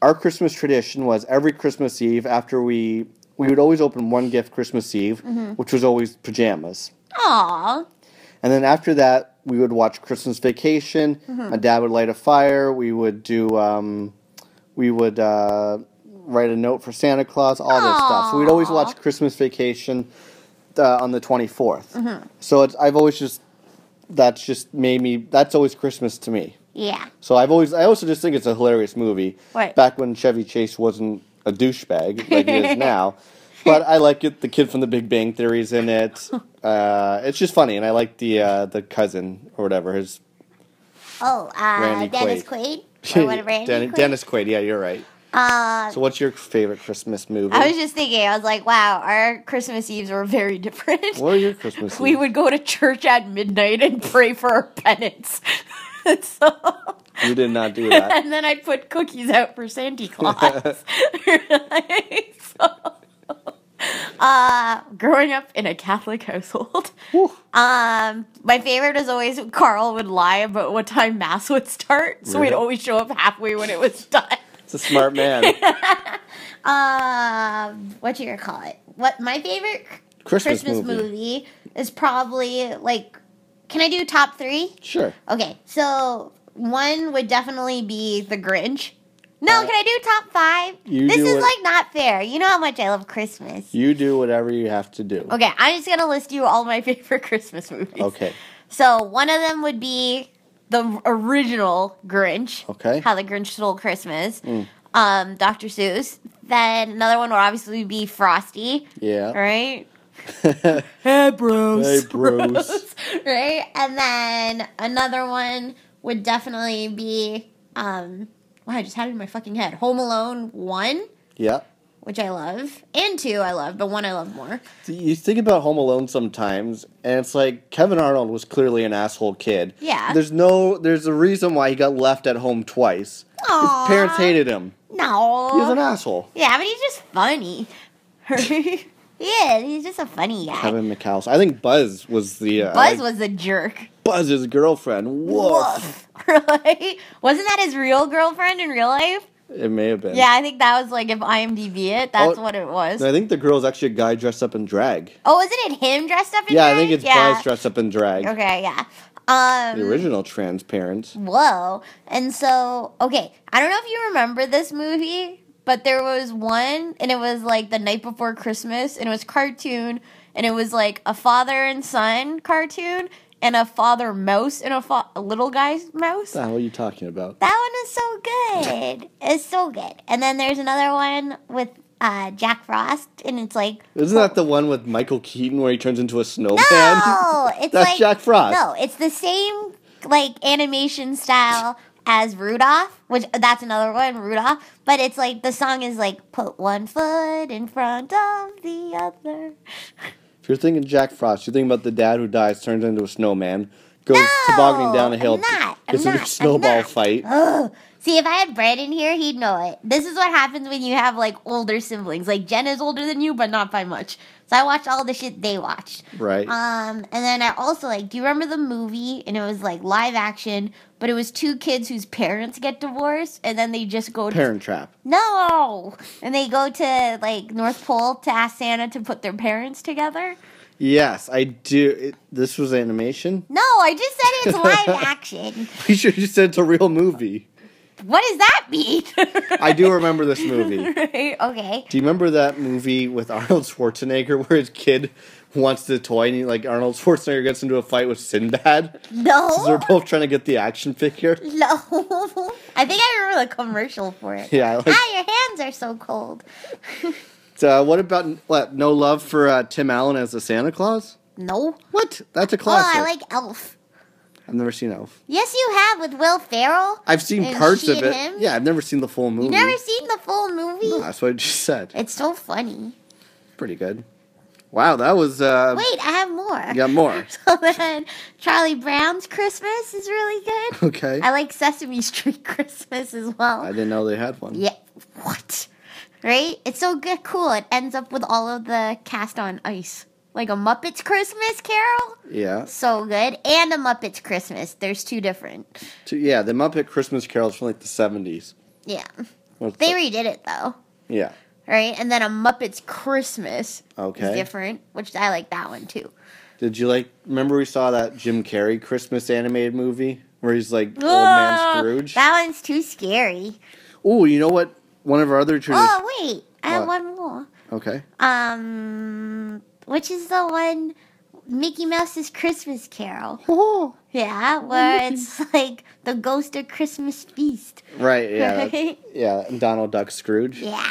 Our Christmas tradition was every Christmas Eve after we we would always open one gift Christmas Eve, which was always pajamas.
Aw.
And then after that, we would watch Christmas Vacation. My dad would light a fire. We would do, um, we would uh, write a note for Santa Claus, all this stuff. So we'd always watch Christmas Vacation uh, on the 24th. So it's, I've always just, that's just made me, that's always Christmas to me.
Yeah.
So I've always, I also just think it's a hilarious movie.
Right.
Back when Chevy Chase wasn't a douchebag like he
(laughs)
is now. But I like it. The kid from The Big Bang Theory's in
(laughs)
it. Uh, it's just funny, and I like the uh, the cousin or whatever his
Oh, uh,
Randy
Dennis Quaid.
(laughs)
Or whatever. Randy
Den-
Quaid?
Dennis Quaid. Yeah, you're right.
Uh,
So, what's your favorite Christmas movie?
I was just thinking. I was like, wow, our Christmas Eves were very different.
what are your Christmas?
(laughs) We would go to church at midnight and pray for our penance. (laughs) so,
You did not do that.
(laughs) and then I'd put cookies out for Santa Claus. (laughs) So, uh, growing up in a Catholic household,
Whew.
um, my favorite is always Carl would lie about what time mass would start, so we'd
Really?
always show up halfway when it was done.
It's a smart
(laughs)
man.
Um, what you gonna call it? What my favorite
Christmas,
Christmas
movie.
movie is probably like. Can I do top three?
Sure.
Okay, so one would definitely be The Grinch. No, can I do top five?
you
this
do
is
it.
like not fair. You know how much I love Christmas.
You do whatever you have to do.
Okay, I'm just gonna list you all my (laughs) favorite Christmas movies.
Okay.
So one of them would be the original Grinch.
Okay. Mm.
How the Grinch Stole Christmas. Um, Dr. Seuss. Then another one would obviously be Frosty.
Yeah.
Right? Hey, bros.
Hey, bros.
right? And then another one would definitely be um wow, I just had it in my fucking head. Home Alone 1,
Yeah.
which I love, and 2 I love, but 1 I love more.
You think about Home Alone sometimes, and it's like Kevin Arnold was clearly an asshole kid.
Yeah.
There's no, there's a reason why he got left at home twice. His
Aww.
parents hated him. He was an
No.
asshole.
Yeah, but he's just
(laughs)
funny. yeah, he's just a funny guy.
Kevin McAllister. I think Buzz was the uh,
Buzz
like,
was a jerk.
Buzz's girlfriend. Woof.
(laughs) Woof. Right? Wasn't that his real girlfriend in real life?
It may have been.
Yeah, I think that was like if IMDb it, that's
Oh,
what it was.
And I think the girl's actually a guy dressed up in drag.
Oh, isn't it him dressed up in
Yeah, I
drag?
think it's Buzz dressed up in drag.
Okay, yeah. Um,
The original trans parents.
Whoa. And so, okay, I don't know if you remember this movie, but there was one, and it was like the night before Christmas, and it was cartoon, and it was like a father and son cartoon, and a father mouse, and a, fa- a little guy's
What
mouse.
the hell are you talking about?
That one is so good. It's so good. And then there's another one with uh, Jack Frost, and it's like
Isn't that the one with Michael Keaton where he turns into a snowman? (laughs)
No, it's
That's
like
Jack Frost.
No, it's the same like animation style as Rudolph, which that's another one, Rudolph. But it's like the song is like put one foot in front of the other.
If you're thinking Jack Frost, you're thinking about the dad who dies, turns into a snowman, goes tobogganing down a hill,
I'm not. I'm
gets into
not.
a
I'm
snowball
not.
fight.
Ugh. See, if I had Brandon here, he'd know it. This is what happens when you have like older siblings. Like Jen is older than you, but not by much. So I watched all the shit they watched.
Right.
Um, and then I also like. Do you remember the movie? And it was like live action but it was two kids whose parents get divorced and then they just go to
Parent Trap.
no and they go to like north pole to ask santa to put their parents together
Yes, I do. It, this was animation. (laughs)
no i just said it's live action
We should have just said it's a real movie.
what does that mean (laughs)
I do remember this movie.
Right, okay
Do you remember that movie with Arnold Schwarzenegger where his kid wants the toy and he, like Arnold Schwarzenegger gets into a fight with Sinbad? They're
no
both trying to get the action figure.
(laughs)
(laughs)
no i think i remember the commercial for it
Yeah. Like,
ah your hands are so cold
uh, what about what? No love for uh, Tim Allen as the Santa Claus?
no
What? That's a
oh
classic.
i like elf
I've never seen Elf.
yes you have with will ferrell
I've seen
And
parts
she
of
and
it.
him?
Yeah, I've never seen the full movie.
you never seen the full movie
No, that's what I just said.
it's so funny
Pretty good. Wow, that was uh,
wait i have more
you got more.
(laughs)
(laughs)
So then Charlie Brown's Christmas is really
(laughs)
good.
Okay.
I like Sesame Street (laughs) Christmas as well.
I didn't know they had one.
yeah. What? Right? It's so good cool. It ends up with all of the cast on ice. Like a Muppets Christmas Carol?
Yeah.
So good. And a Muppets Christmas. There's two different.
So, yeah, the Muppet Christmas Carol's from like the 70s.
Yeah.
What's
They
the-
redid it though.
yeah.
Right? And then a Muppets Christmas is
Okay.
different, which I like that one too.
Did you like remember we saw that Jim Carrey Christmas animated movie where he's like old man
Ugh,
Scrooge?
That one's too scary.
Oh, you know what? One of our other traditions.
Oh wait, I have
What?
one more.
Okay.
Um, which is the one Mickey Mouse's Christmas Carol?
Oh.
Yeah, where it's (laughs) like the ghost of Christmas feast.
Right, yeah.
(laughs) Right?
Yeah, Donald Duck Scrooge.
Yeah,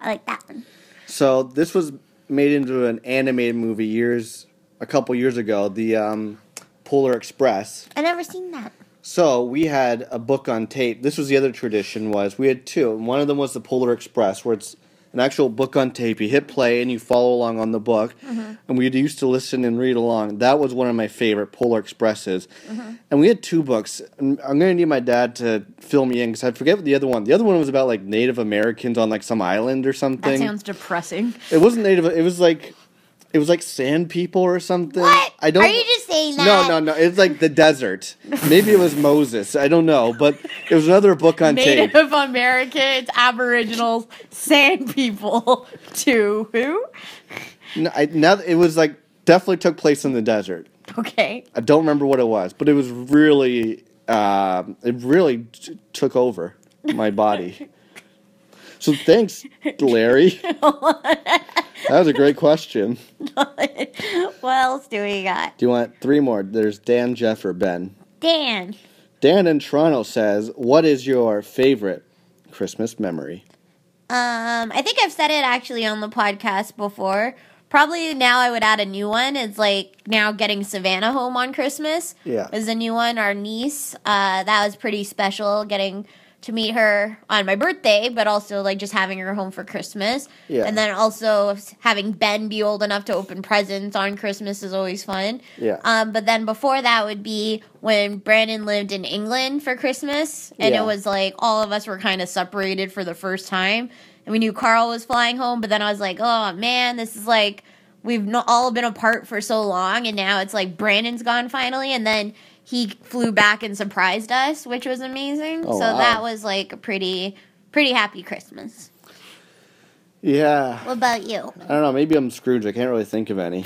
I like that one.
So this was made into an animated movie years a couple years ago, the um, Polar Express.
I never seen that.
So we had a book on tape. This was the other tradition was we had two, and one of them was the Polar Express, where it's an actual book on tape. You hit play and you follow along on the book, and we used to listen and read along. That was one of my favorite Polar Expresses, and we had two books. And I'm gonna need my dad to fill me in because I forget what the other one. The other one was about like Native Americans on like some island or something.
That sounds depressing.
It wasn't native. It was like, it was like sand people or something.
What?
I don't.
Are you just saying that?
No, no, no. It's like the desert. Maybe it was Moses. I don't know, but it was another book on tape.
Native Americans, Aboriginals, Sand People, (laughs) to who?
No, I, now it was like definitely took place in the desert.
Okay.
I don't remember what it was, but it was really, um it really t- took over my
(laughs)
body. So thanks, Larry. that was a great question.
What else do we got?
Do you want three more? There's Dan, Jeff, or Ben.
Dan,
Dan in Toronto says, "What is your favorite Christmas memory?"
um, I think I've said it actually on the podcast before. Probably now I would add a new one. It's like now getting Savannah home on Christmas.
Yeah.
is a new one. Our niece. Uh, that was pretty special getting to meet her on my birthday, but also like just having her home for Christmas.
Yeah.
And then also having Ben be old enough to open presents on Christmas is always fun.
Yeah.
Um, but then before that would be when Brandon lived in England for Christmas, and
Yeah.
it was like all of us were kind of separated for the first time, and we knew Carl was flying home, but then I was like, oh man, this is like we've not all been apart for so long and now it's like brandon's gone finally and then he flew back and surprised us which was amazing
Oh,
so
wow.
that was like a pretty pretty happy christmas
Yeah,
what about you
I don't know. Maybe I'm Scrooge. I can't really think of any.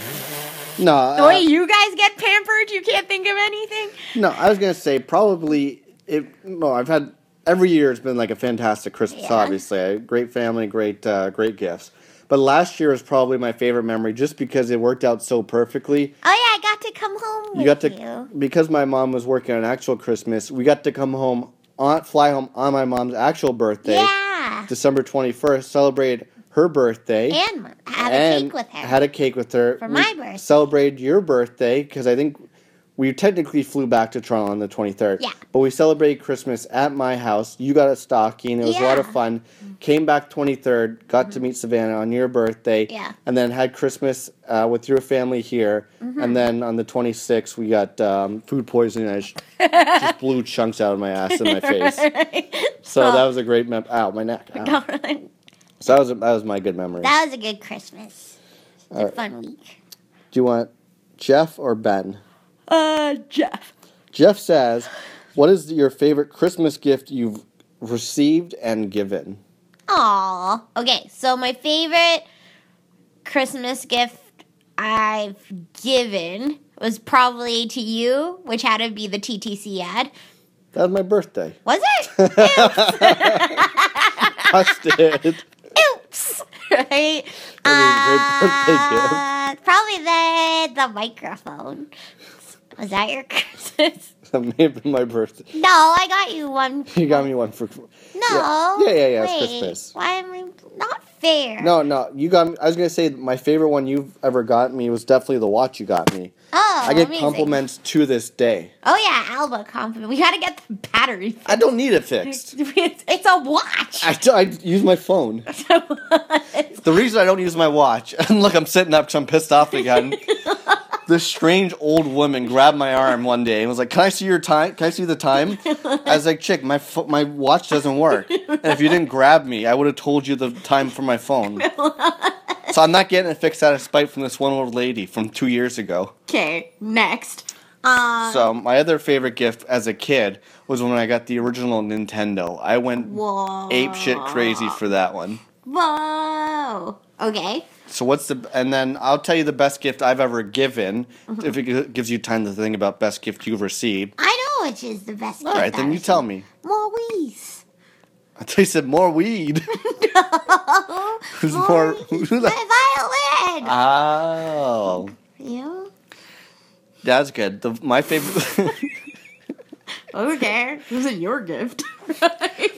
No, uh,
the way
I,
you guys get pampered you can't think of anything
no. I was gonna say probably it. No, I've had every year. It's been like a fantastic Christmas.
Yeah.
Obviously, I, great family, great, uh, great gifts. But last year was probably my favorite memory, just because it worked out so perfectly.
oh yeah i got to come home with
you got to
you.
because my mom was working on actual Christmas. We got to come home on fly home on my mom's actual birthday.
yeah
December 21st, celebrated her birthday.
and I had a
and
cake with her
Had a cake with her.
For
We
my birthday.
Celebrated your birthday because I think we technically flew back to Toronto on the 23rd.
Yeah.
But we celebrated Christmas at my house. You got a stocking. It was a lot of
Yeah. Mm-hmm.
fun. Came back 23rd, got to meet Savannah on your birthday.
Yeah.
And then had Christmas uh, with your family here.
Mm-hmm.
And then on the 26th, we got um, food poisoning. I just,
(laughs)
just blew chunks out of my ass and my face. So that was a great mem. Ow, my neck.
(laughs)
Ow. So that was that was my good memory.
that was a good christmas It was a fun week
Do you want Jeff or Ben?
Uh, Jeff.
Jeff says, What is your favorite Christmas gift you've received and given?
Aw. Okay, so my favorite Christmas gift I've given was probably to you, which had to be the TTC ad.
That was my birthday. (laughs)
Was it?
Busted.
Oops. (laughs) Right?
That
Uh, probably the, Uh, the microphone. Was that your (laughs) Christmas?
that may have been my birthday.
No, I got
(laughs)
you one.
You got me one for.
No.
Yeah, yeah, yeah, it's
Wait,
Christmas.
Why am I not fair?
No, no, you got. Me, I was gonna say my favorite one you've ever got me was definitely the watch you got me.
Oh,
I get
amazing.
compliments to this day.
Oh yeah, Alba compliment. We gotta get the battery.
I don't need it fixed.
it's (laughs) it's a watch.
I, do- I use my phone. the reason I don't use my watch, (laughs) and look, I'm sitting up because I'm pissed off again. this strange old woman grabbed my arm one day and was like, "Can I see your time? Can I see the time?" I was like, "Chick, my fo- my watch doesn't work, and if you didn't grab me, I would have told you the time from my phone." so I'm not getting it fixed out of spite from this one old lady from two years ago.
Okay, next.
So my other favorite gift as a kid was when I got the original Nintendo. I went
Whoa.
ape shit crazy for that one.
Whoa. Okay.
So what's the and then I'll tell you the best gift I've ever given if it gi- gives you time to think about best gift you've received.
I know which is the best.
All right, then you tell me.
Maurice.
I tasted more weed. Who's more? Who's that? (laughs)
My violin.
Oh,
you?
that's good. The, my favorite, (laughs)
Okay. This is your gift.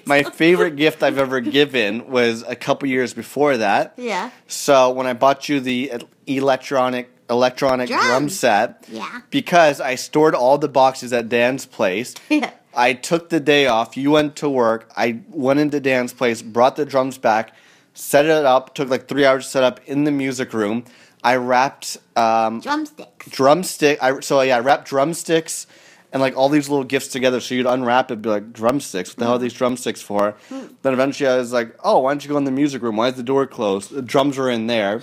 my favorite gift I've ever given was a couple years before that.
(laughs) yeah.
So when I bought you the electronic electronic
Drum.
drum set,
Yeah.
because I stored all the boxes at Dan's place.
Yeah.
I took the day off. You went to work. I went into Dan's place, brought the drums back, set it up. Took like three hours to set up in the music room. I wrapped um,
Drumsticks. (laughs)
drumstick. I so yeah, I wrapped drumsticks and like all these little gifts together. So you'd unwrap it, be like drumsticks. What the hell are these drumsticks for? Then eventually I was like, oh, why don't you go in the music room? Why is the door closed? The drums were in there.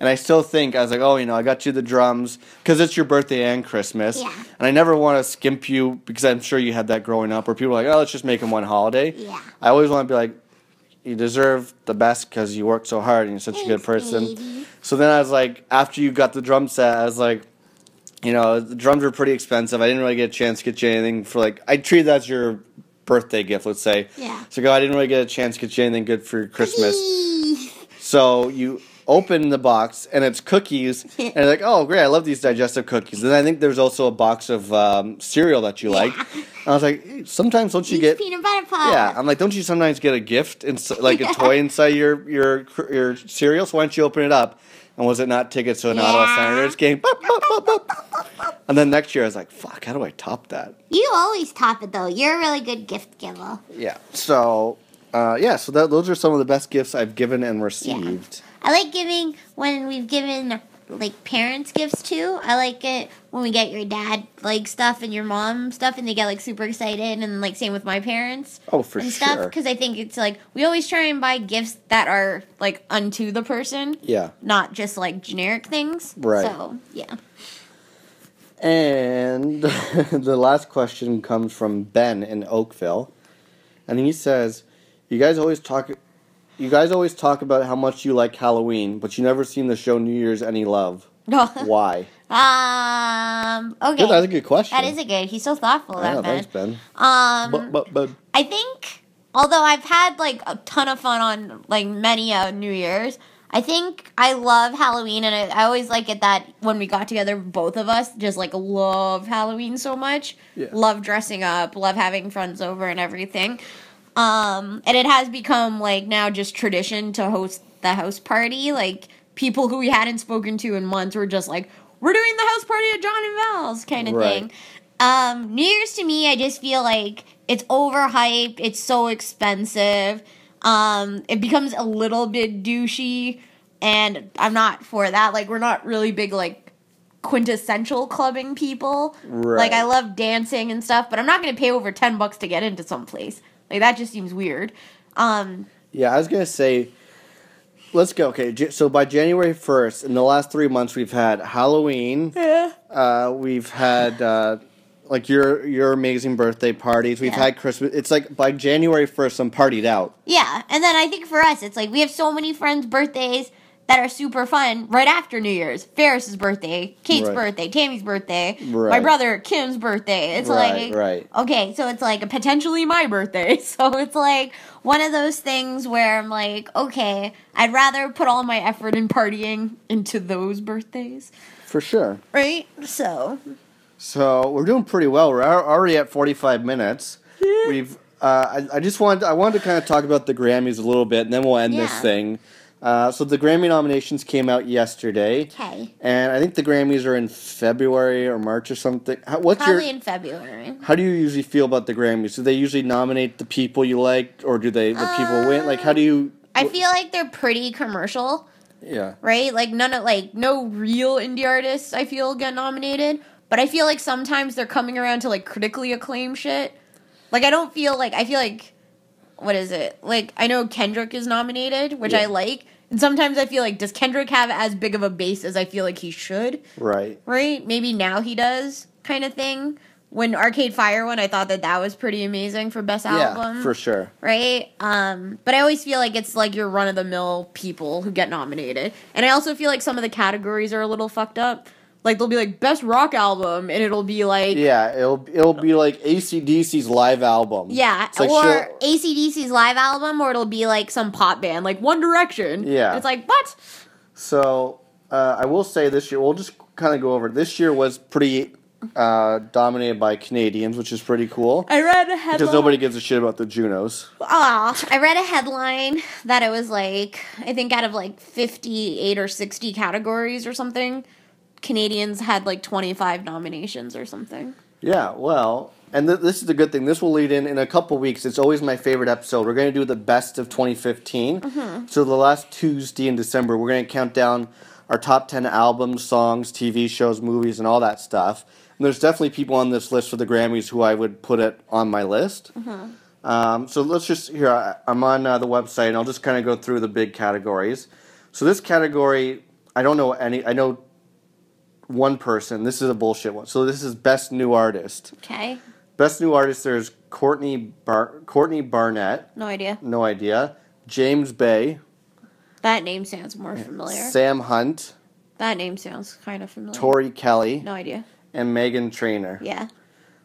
And I still think I was like, oh, you know, I got you the drums because it's your birthday and Christmas,
Yeah.
and I never want to skimp you because I'm sure you had that growing up, where people are like, oh, let's just make them one holiday.
Yeah.
I always want to be like, you deserve the best because you worked so hard and you're such a good
Thanks,
person.
baby.
So then I was like, after you got the drum set, I was like, you know, the drums were pretty expensive. I didn't really get a chance to get you anything for like, I treat that as your birthday gift, let's say.
Yeah.
So go, I didn't really get a chance to get you anything good for your Christmas. So you open the box and it's
(laughs)
cookies, and you're like, oh great, I love these digestive cookies. And I think there's also a box of um, cereal that you like. And I was like, "Eh, sometimes don't you get?
peanut butter pie.
Yeah, I'm like, don't you sometimes get a gift and like a toy inside your your cr- your cereal? So why don't you open it up? And was it not tickets to an Ottawa
Yeah.
Senators game? Bop, bop, bop, bop. And then next year I was like, fuck, how do I top that?
You always top it though. You're a really good gift giver.
Yeah. So. Uh, yeah, so that, those are some of the best gifts I've given and received.
I like giving when we've given like parents gifts too. I like it when we get your dad like stuff and your mom stuff, and they get like super excited, and like same with my parents
Oh, for
and
sure.
stuff. Because I think it's like we always try and buy gifts that are like unto the person,
yeah.
not just like generic things.
Right.
So yeah.
And (laughs) the last question comes from Ben in Oakville. And he says, "You guys always talk you guys always talk about how much you like Halloween, but you never seen the show New Year's Any
(laughs)
Love. Why?"
um. Okay.
Yeah, that's a good question.
That is a good. He's so thoughtful.
Yeah,
That
thanks,
man.
Ben.
Um.
But but but
I think, although I've had like a ton of fun on like many uh, New Year's, I think I love Halloween, and I, I always like it that when we got together, both of us just like love Halloween so much.
Yeah.
Love dressing up, love having friends over, and everything. Um, and it has become like now just tradition to host the house party. Like people who we hadn't spoken to in months were just like, "We're doing the house party at John and Val's," kind of
Right.
thing. Um, New Year's to me, I just feel like it's overhyped. It's so expensive. Um, it becomes a little bit douchey, and I'm not for that. Like we're not really big like quintessential clubbing people.
Right.
Like I love dancing and stuff, but I'm not gonna pay over ten bucks to get into some place. Like that just seems weird. Um,
yeah, I was going to say let's go. Okay, J- so by January 1st, in the last 3 months we've had Halloween,
yeah.
uh, we've had uh, like your your amazing birthday parties. We've
Yeah.
had Christmas. It's like by January first, I'm partied out.
Yeah, and then I think for us, it's like we have so many friends' birthdays that are super fun right after New Year's. Ferris's birthday, Kate's
Right.
birthday, Tammy's birthday, my
Right.
brother Kim's birthday. It's
Right,
like
right.
okay, so it's like potentially my birthday. (laughs) So it's like one of those things where I'm like, okay, I'd rather put all my effort in partying into those birthdays,
For sure.
right? So
So we're doing pretty well. We're al- already at 45 minutes. We've. Uh, I, I just wanted I wanted to kind of talk about the Grammys a little bit, and then we'll end this
Yeah.
thing. Uh, so the Grammy nominations came out yesterday,
okay,
and I think the Grammys are in February or March or something. How, what's
probably
your
in February.
How do you usually feel about the Grammys? Do they usually nominate the people you like, or do they the people win? Like, how do you?
I feel like they're pretty commercial.
Yeah,
right? Like none of like no real indie artists I feel get nominated, but I feel like sometimes they're coming around to like critically acclaimed shit. Like I don't feel like I feel like what is it? Like I know Kendrick is nominated, which I
Yeah.
like. And sometimes I feel like does Kendrick have as big of a base as I feel like he should?
right.
right? Maybe now he does kind of thing. When Arcade Fire one, I thought that that was pretty amazing for best album,
Yeah, for sure.
right? Um, but I always feel like it's like your run of the mill people who get nominated, and I also feel like some of the categories are a little fucked up. Like they'll be like best rock album, and it'll be like
Yeah, it'll it'll be like ACDC's live album.
yeah,
It's like
or
she'll-
ACDC's live album, or it'll be like some pop band, like One Direction.
Yeah.
And it's like what?
So uh, I will say this year, we'll just kind of go over. it. This year was pretty uh, dominated by Canadians, which is pretty cool
I read a headline.
because nobody gives a shit about the Junos.
Oh, I read a headline that it was like I think out of like 58 or 60 categories or something, Canadians had like 25 nominations or something.
Yeah, well, and th- this is the good thing. This will lead in in a couple weeks. It's always my favorite episode. We're going to do the best of 2015. So the last Tuesday in December, we're going to count down our top 10 albums, songs, TV shows, movies, and all that stuff. And there's definitely people on this list for the Grammys who I would put it on my list. Um, so let's just here. I, I'm on uh, the website, and I'll just kind of go through the big categories. So this category, I don't know any. I know one person. This is a bullshit one. So this is best new artist.
Okay.
Best new artist. There's Courtney Bar- Courtney Barnett.
No idea.
No idea. James Bay.
That name sounds more familiar.
Sam Hunt.
That name sounds kind of familiar.
Tori Kelly.
No idea.
And Megan Trainor.
Yeah.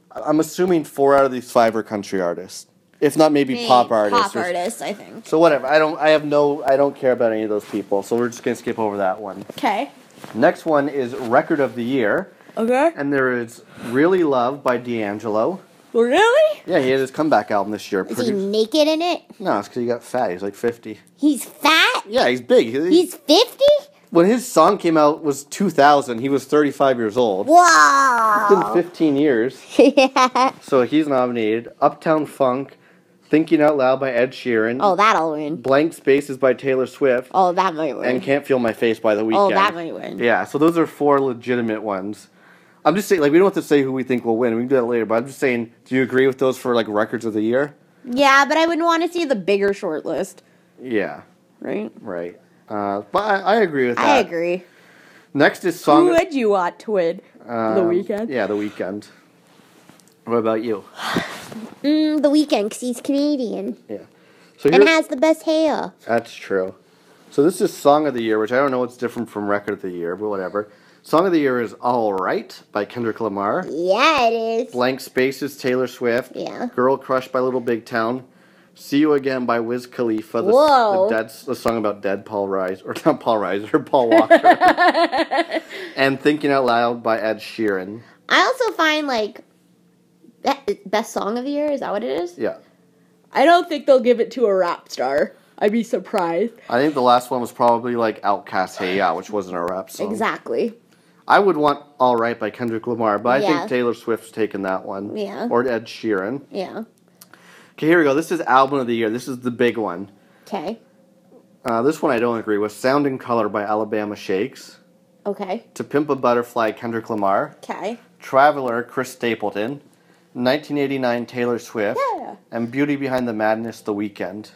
I'm assuming four out of these five are country artists, if not maybe, pop artists.
Pop
or-
artist, I think.
So whatever. I don't. I have no. I don't care about any of those people. So we're just gonna skip over that one.
Okay.
Next one is record of the year,
Okay.
and there is "Really Love" by D'Angelo.
Really?
Yeah, he had his comeback album this year.
Is he
Produ-
naked in it?
no, it's because he got fat. He's like fifty.
He's fat?
Yeah, he's big. He-
He's 50?
when his song came out was 2000. He was 35 years old. It's
Wow. (laughs)
been 15 years.
(laughs)
So he's nominated. Uptown Funk, Thinking Out Loud by Ed Sheeran.
Oh, that'll win.
Blank Spaces by Taylor Swift.
Oh, that might win.
And Can't Feel My Face by The Weeknd.
oh, that might win.
Yeah, so those are four legitimate ones. I'm just saying, like, we don't have to say who we think will win. We can do that later. But I'm just saying, do you agree with those for like records of the year?
Yeah, but I would want to see the bigger short list,
Yeah,
right?
right. Uh, but I, I agree with that.
I agree.
Next is
Who
song.
would you want to win? the
um,
weekend?
Yeah, the weekend. What about you?
Mm, the weekend, because he's Canadian.
Yeah. So
And
here,
has the best hair.
that's true. So this is song of the year, which I don't know what's different from record of the year, but whatever. Song of the year is "All Right" by Kendrick Lamar.
Yeah, it is.
Blank Spaces, Taylor Swift.
Yeah.
Girl Crush by Little Big Town. See You Again by Wiz Khalifa. The,
Whoa.
The, dead, the song about dead Paul Rise or not Paul Reiser, Paul Walker.
(laughs)
and Thinking Out Loud by Ed Sheeran.
I also find, like, that- best song of the year? Is that what it is?
Yeah.
I don't think they'll give it to a rap star. I'd be surprised.
I think the last one was probably like Outcast Hey Ya, which wasn't a rap song.
Exactly.
I would want All Right by Kendrick Lamar, but I
Yeah.
think Taylor Swift's taken that one.
Yeah.
Or Ed Sheeran.
Yeah.
Okay, here we go. This is album of the year. This is the big one.
Okay.
Uh, this one I don't agree with. Sound and Color by Alabama Shakes.
Okay.
To Pimp a Butterfly, Kendrick Lamar.
Okay.
Traveler, Chris Stapleton. 1989, Taylor Swift.
Yeah.
And Beauty Behind the Madness, The Weekend.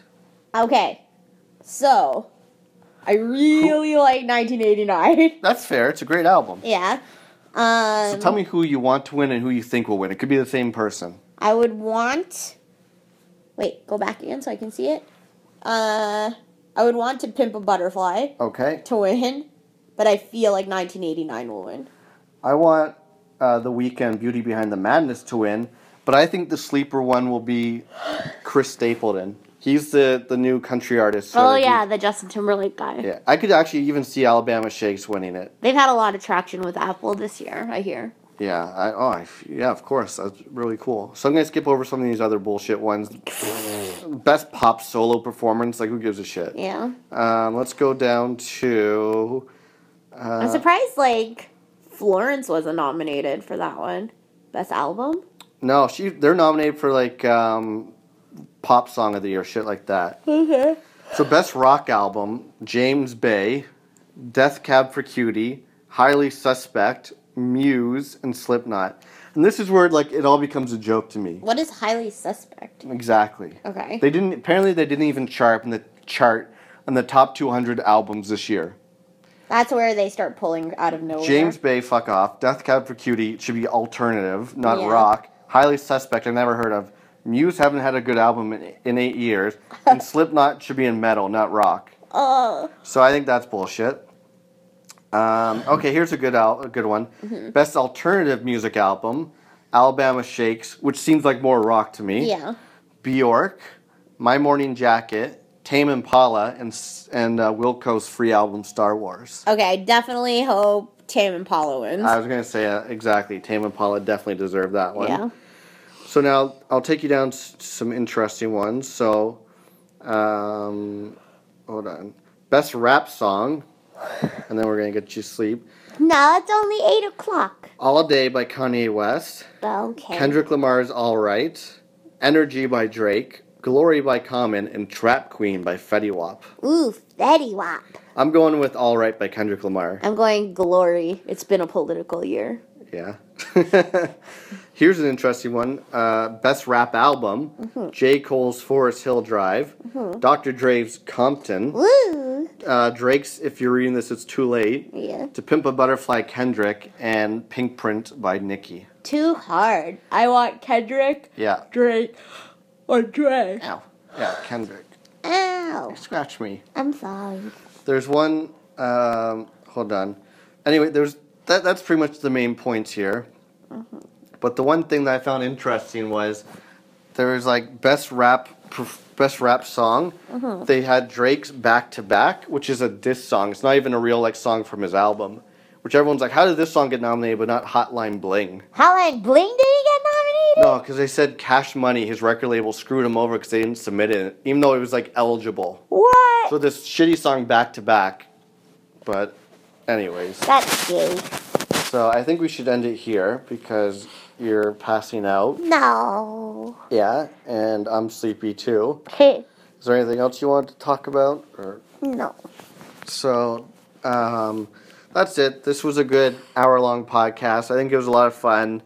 Okay. So,
I really like 1989.
(laughs)
That's fair. It's a great album.
yeah. Um,
So tell me who you want to win and who you think will win. It could be the same person.
I would want. Wait, go back again so I can see it. Uh, I would want to pimp a butterfly
Okay.
to win, but I feel like 1989 will win.
I want uh, the weekend Beauty Behind the Madness to win, but I think the sleeper one will be Chris Stapleton. He's the, the new country artist. so
Oh
he-
yeah, the Justin Timberlake guy.
yeah. I could actually even see Alabama Shakes winning it.
They've had a lot of traction with Apple this year, I hear.
Yeah. I, oh, I, yeah. Of course. That's really cool. So I'm gonna skip over some of these other bullshit ones. Best pop solo performance. Like who gives a shit?
Yeah.
Um, let's go down to. Uh,
I'm surprised like Florence wasn't nominated for that one. Best album?
No, she they're nominated for like um, pop song of the year, shit like that. Okay. So best rock album: James Bay, Death Cab for Cutie, Highly Suspect, Muse, and Slipknot. And this is where like it all becomes a joke to me.
What is highly suspect?
Exactly.
Okay.
They didn't. Apparently, they didn't even chart in the chart on the top 200 albums this year.
That's where they start pulling out of nowhere.
James Bay, fuck off. Death Cab for Cutie should be alternative, not
Yeah.
rock. Highly suspect, I've never heard of. Muse haven't had a good album in, in eight
(laughs)
years. and Slipknot should be in metal, not rock.
Oh,
So I think that's bullshit. Um, okay, here's a good al- a good one.
Mm-hmm.
Best alternative music album: Alabama Shakes, which seems like more rock to me.
yeah.
Bjork, My Morning Jacket, Tame Impala, and s- and uh, Wilco's free album Star Wars.
Okay, I definitely hope Tame and Paula wins.
I was going to say uh, exactly. Tame Impala definitely deserved that one.
Yeah.
So now I'll take you down s- some interesting ones. So, um, hold on. Best rap song, and then we're going to get you sleep.
No, it's only eight o'clock.
All Day by Kanye West,
Okay.
Kendrick Lamar's All Right, Energy by Drake, Glory by Common, and Trap Queen by Fetty Wap.
Oof, Fetty Wap.
I'm going with All Right by Kendrick Lamar.
I'm going glory. It's been a political year.
Yeah. (laughs) Here's an interesting one. Uh, best rap album: J. Cole's Forest Hill Drive, Dr. Dre's Compton,
Woo!
uh, Drake's If You're Reading This, It's Too Late,
Yeah.
To Pimp a Butterfly, Kendrick, and Pink Print by Nicki.
Too hard. I want Kendrick,
Yeah.
Drake, or Dre.
Ow. Yeah, Kendrick.
Ow!
Scratch me.
I'm sorry.
There's one. Um, hold on. Anyway, there's that. That's pretty much the main points here. But the one thing that I found interesting was there was like best rap, perf- best rap song. They had Drake's "Back to Back," which is a diss song. It's not even a real like song from his album. Which everyone's like, how did this song get nominated but not Hotline Bling?
Helen Bling did he get nominated?
No, because they said Cash Money, his record label, screwed him over because they didn't submit it, even though it was like eligible.
What?
So this shitty song back to back. But anyways,
That's gay.
so I think we should end it here because you're passing out.
No. (laughs)
Yeah, and I'm sleepy too. Is there anything else you want to talk about? Or
no.
so um, that's it. This was a good hour long podcast. I think it was a lot of fun.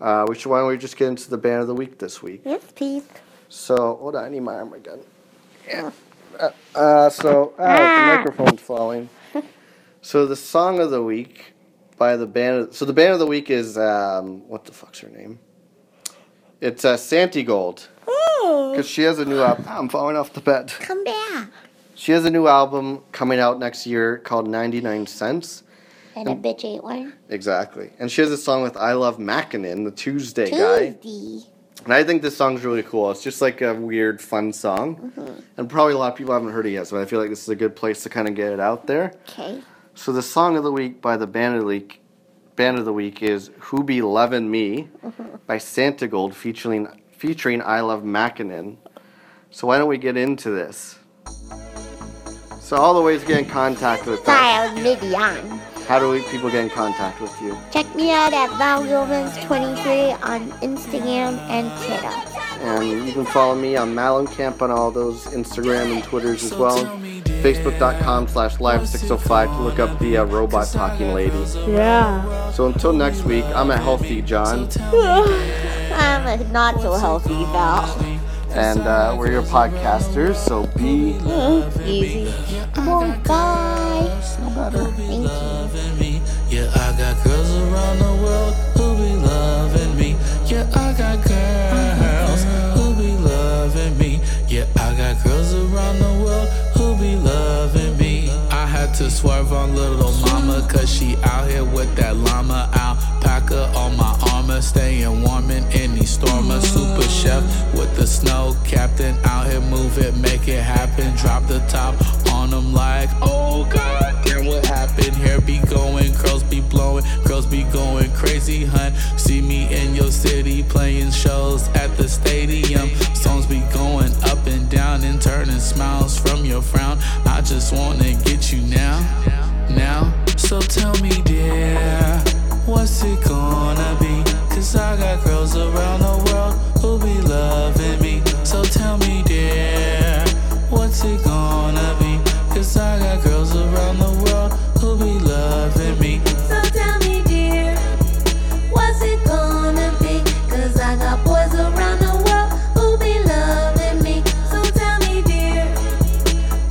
Uh, we should why don't we just get into the band of the week this week?
Yes, Pete.
So hold on, I need my arm again. Yeah. Uh, uh, so oh, the microphone's (laughs) falling. So the song of the week by the band. Of, so the band of the week is um, what the fuck's her name? It's uh, Santi Gold because she has a new (laughs) album. I'm falling off the bed.
Come back.
She has a new album coming out next year called 99 Cents.
And a bitch ain't one.
Exactly. And she has a song with I Love Mackinnon, the Tuesday guy.
Tuesday.
And I think this song's really cool. It's just like a weird, fun song. And probably a lot of people haven't heard it yet, so I feel like this is a good place to kind of get it out there.
Okay.
So the song of the week by the band of the week, band of the week is "Who Be Lovin' Me" by Santa Gold featuring featuring I Love Mackinnon. So why don't we get into this? So all the ways to get in contact with us.
Kyle Midian.
How do we, people get in contact with you?
Check me out at ValGilmans23 on Instagram and Twitter.
And you can follow me on Camp on all those Instagram and Twitters as well. Facebook.com slash live605 to look up the uh, robot talking lady. Yeah. So until next week, I'm at Healthy John,
I'm a not so healthy Val.
and uh, we're your podcasters, so be
Easy. Bye.
way?
No better.
Thank you.
loving me. Yeah, I got girls around the world who be loving me. Yeah, I got girls who be loving me. Yeah, I got girls around the world who be loving me. I had to swerve on little mama, cause she out here with that llama alpaca on my armor, staying warm in any storm. A super chef with the snow captain out here, move it, make it happen. Drop the top on them like, oh god damn, what happened? Hair be going, curls be blowing, girls be going crazy, hun. See me in your city playing shows at the stadium. Songs be going up and down and turning smiles from your frown. I just wanna get you now, now. So tell me, dear, what's it gonna be? Cause I got girls around the world who be loving me. So tell me, dear, what's it gonna be? Cause I got girls around the world who be loving me.
So tell me, dear, what's it gonna be? Cause I got boys around the world who be loving me. So tell me, dear,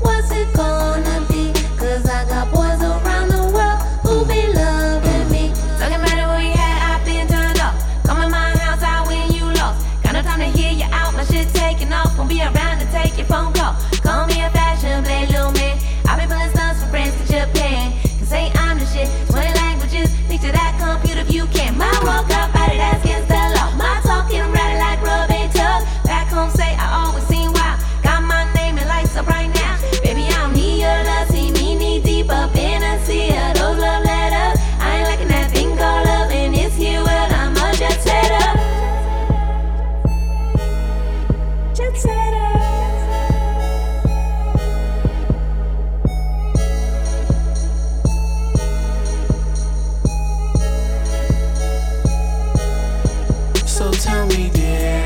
what's it gonna be? Cause I got boys around the world who be loving me. Doesn't matter where you at, I've been turned up. Come in my house, I win, you lost. Got no time to hear you out, my shit taking off. Won't be around to take your phone call. Call me a fashion blade, little man. I've been pulling stunts from France to Japan. Can say I'm the shit. 20 languages, picture that computer view can. My woke up out of that skin fell off. My talking rattle like rubbing tug. Back home, say I always seen wild. Got my name and lights up right now. Baby, I don't need your love. See me knee deep up in a sea of those love letters. I ain't liking that thing called love, and it's here. Well, I'm a jet setter. Jet setter.
So tell me, dear,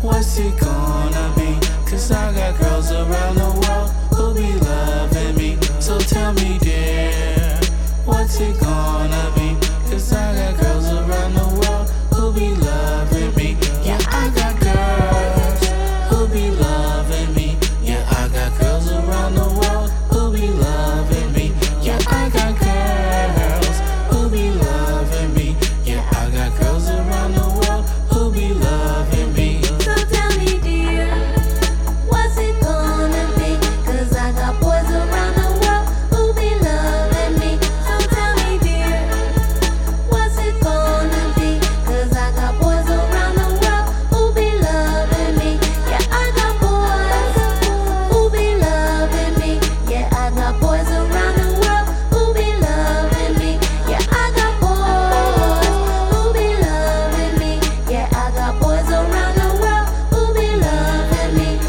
what's it gonna be? Cause I got girls around the world who be loving me. So tell me, dear, what's it gonna be? Cause I got girls around the world who be loving me. Yeah, I got girls who be loving me. Yeah, I got girls around the world who be loving me. Yeah, I got girls who be loving me. Yeah, I got girls around the world who be loving me.
So tell me, dear, what's it gonna be? 'Cause I got boys around the world who be loving me. So tell me, dear, what's it gonna be? 'Cause I got boys around the world who be loving me. Yeah, I got boys who be loving me. Yeah, I got boys around the world who be loving me. Yeah, I got boys who be loving me. Yeah, I got boys around the world who be loving me.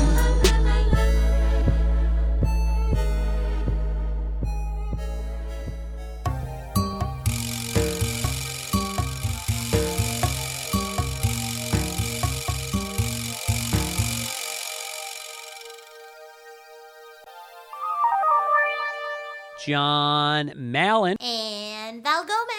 John Mallon.
And Val Gomez.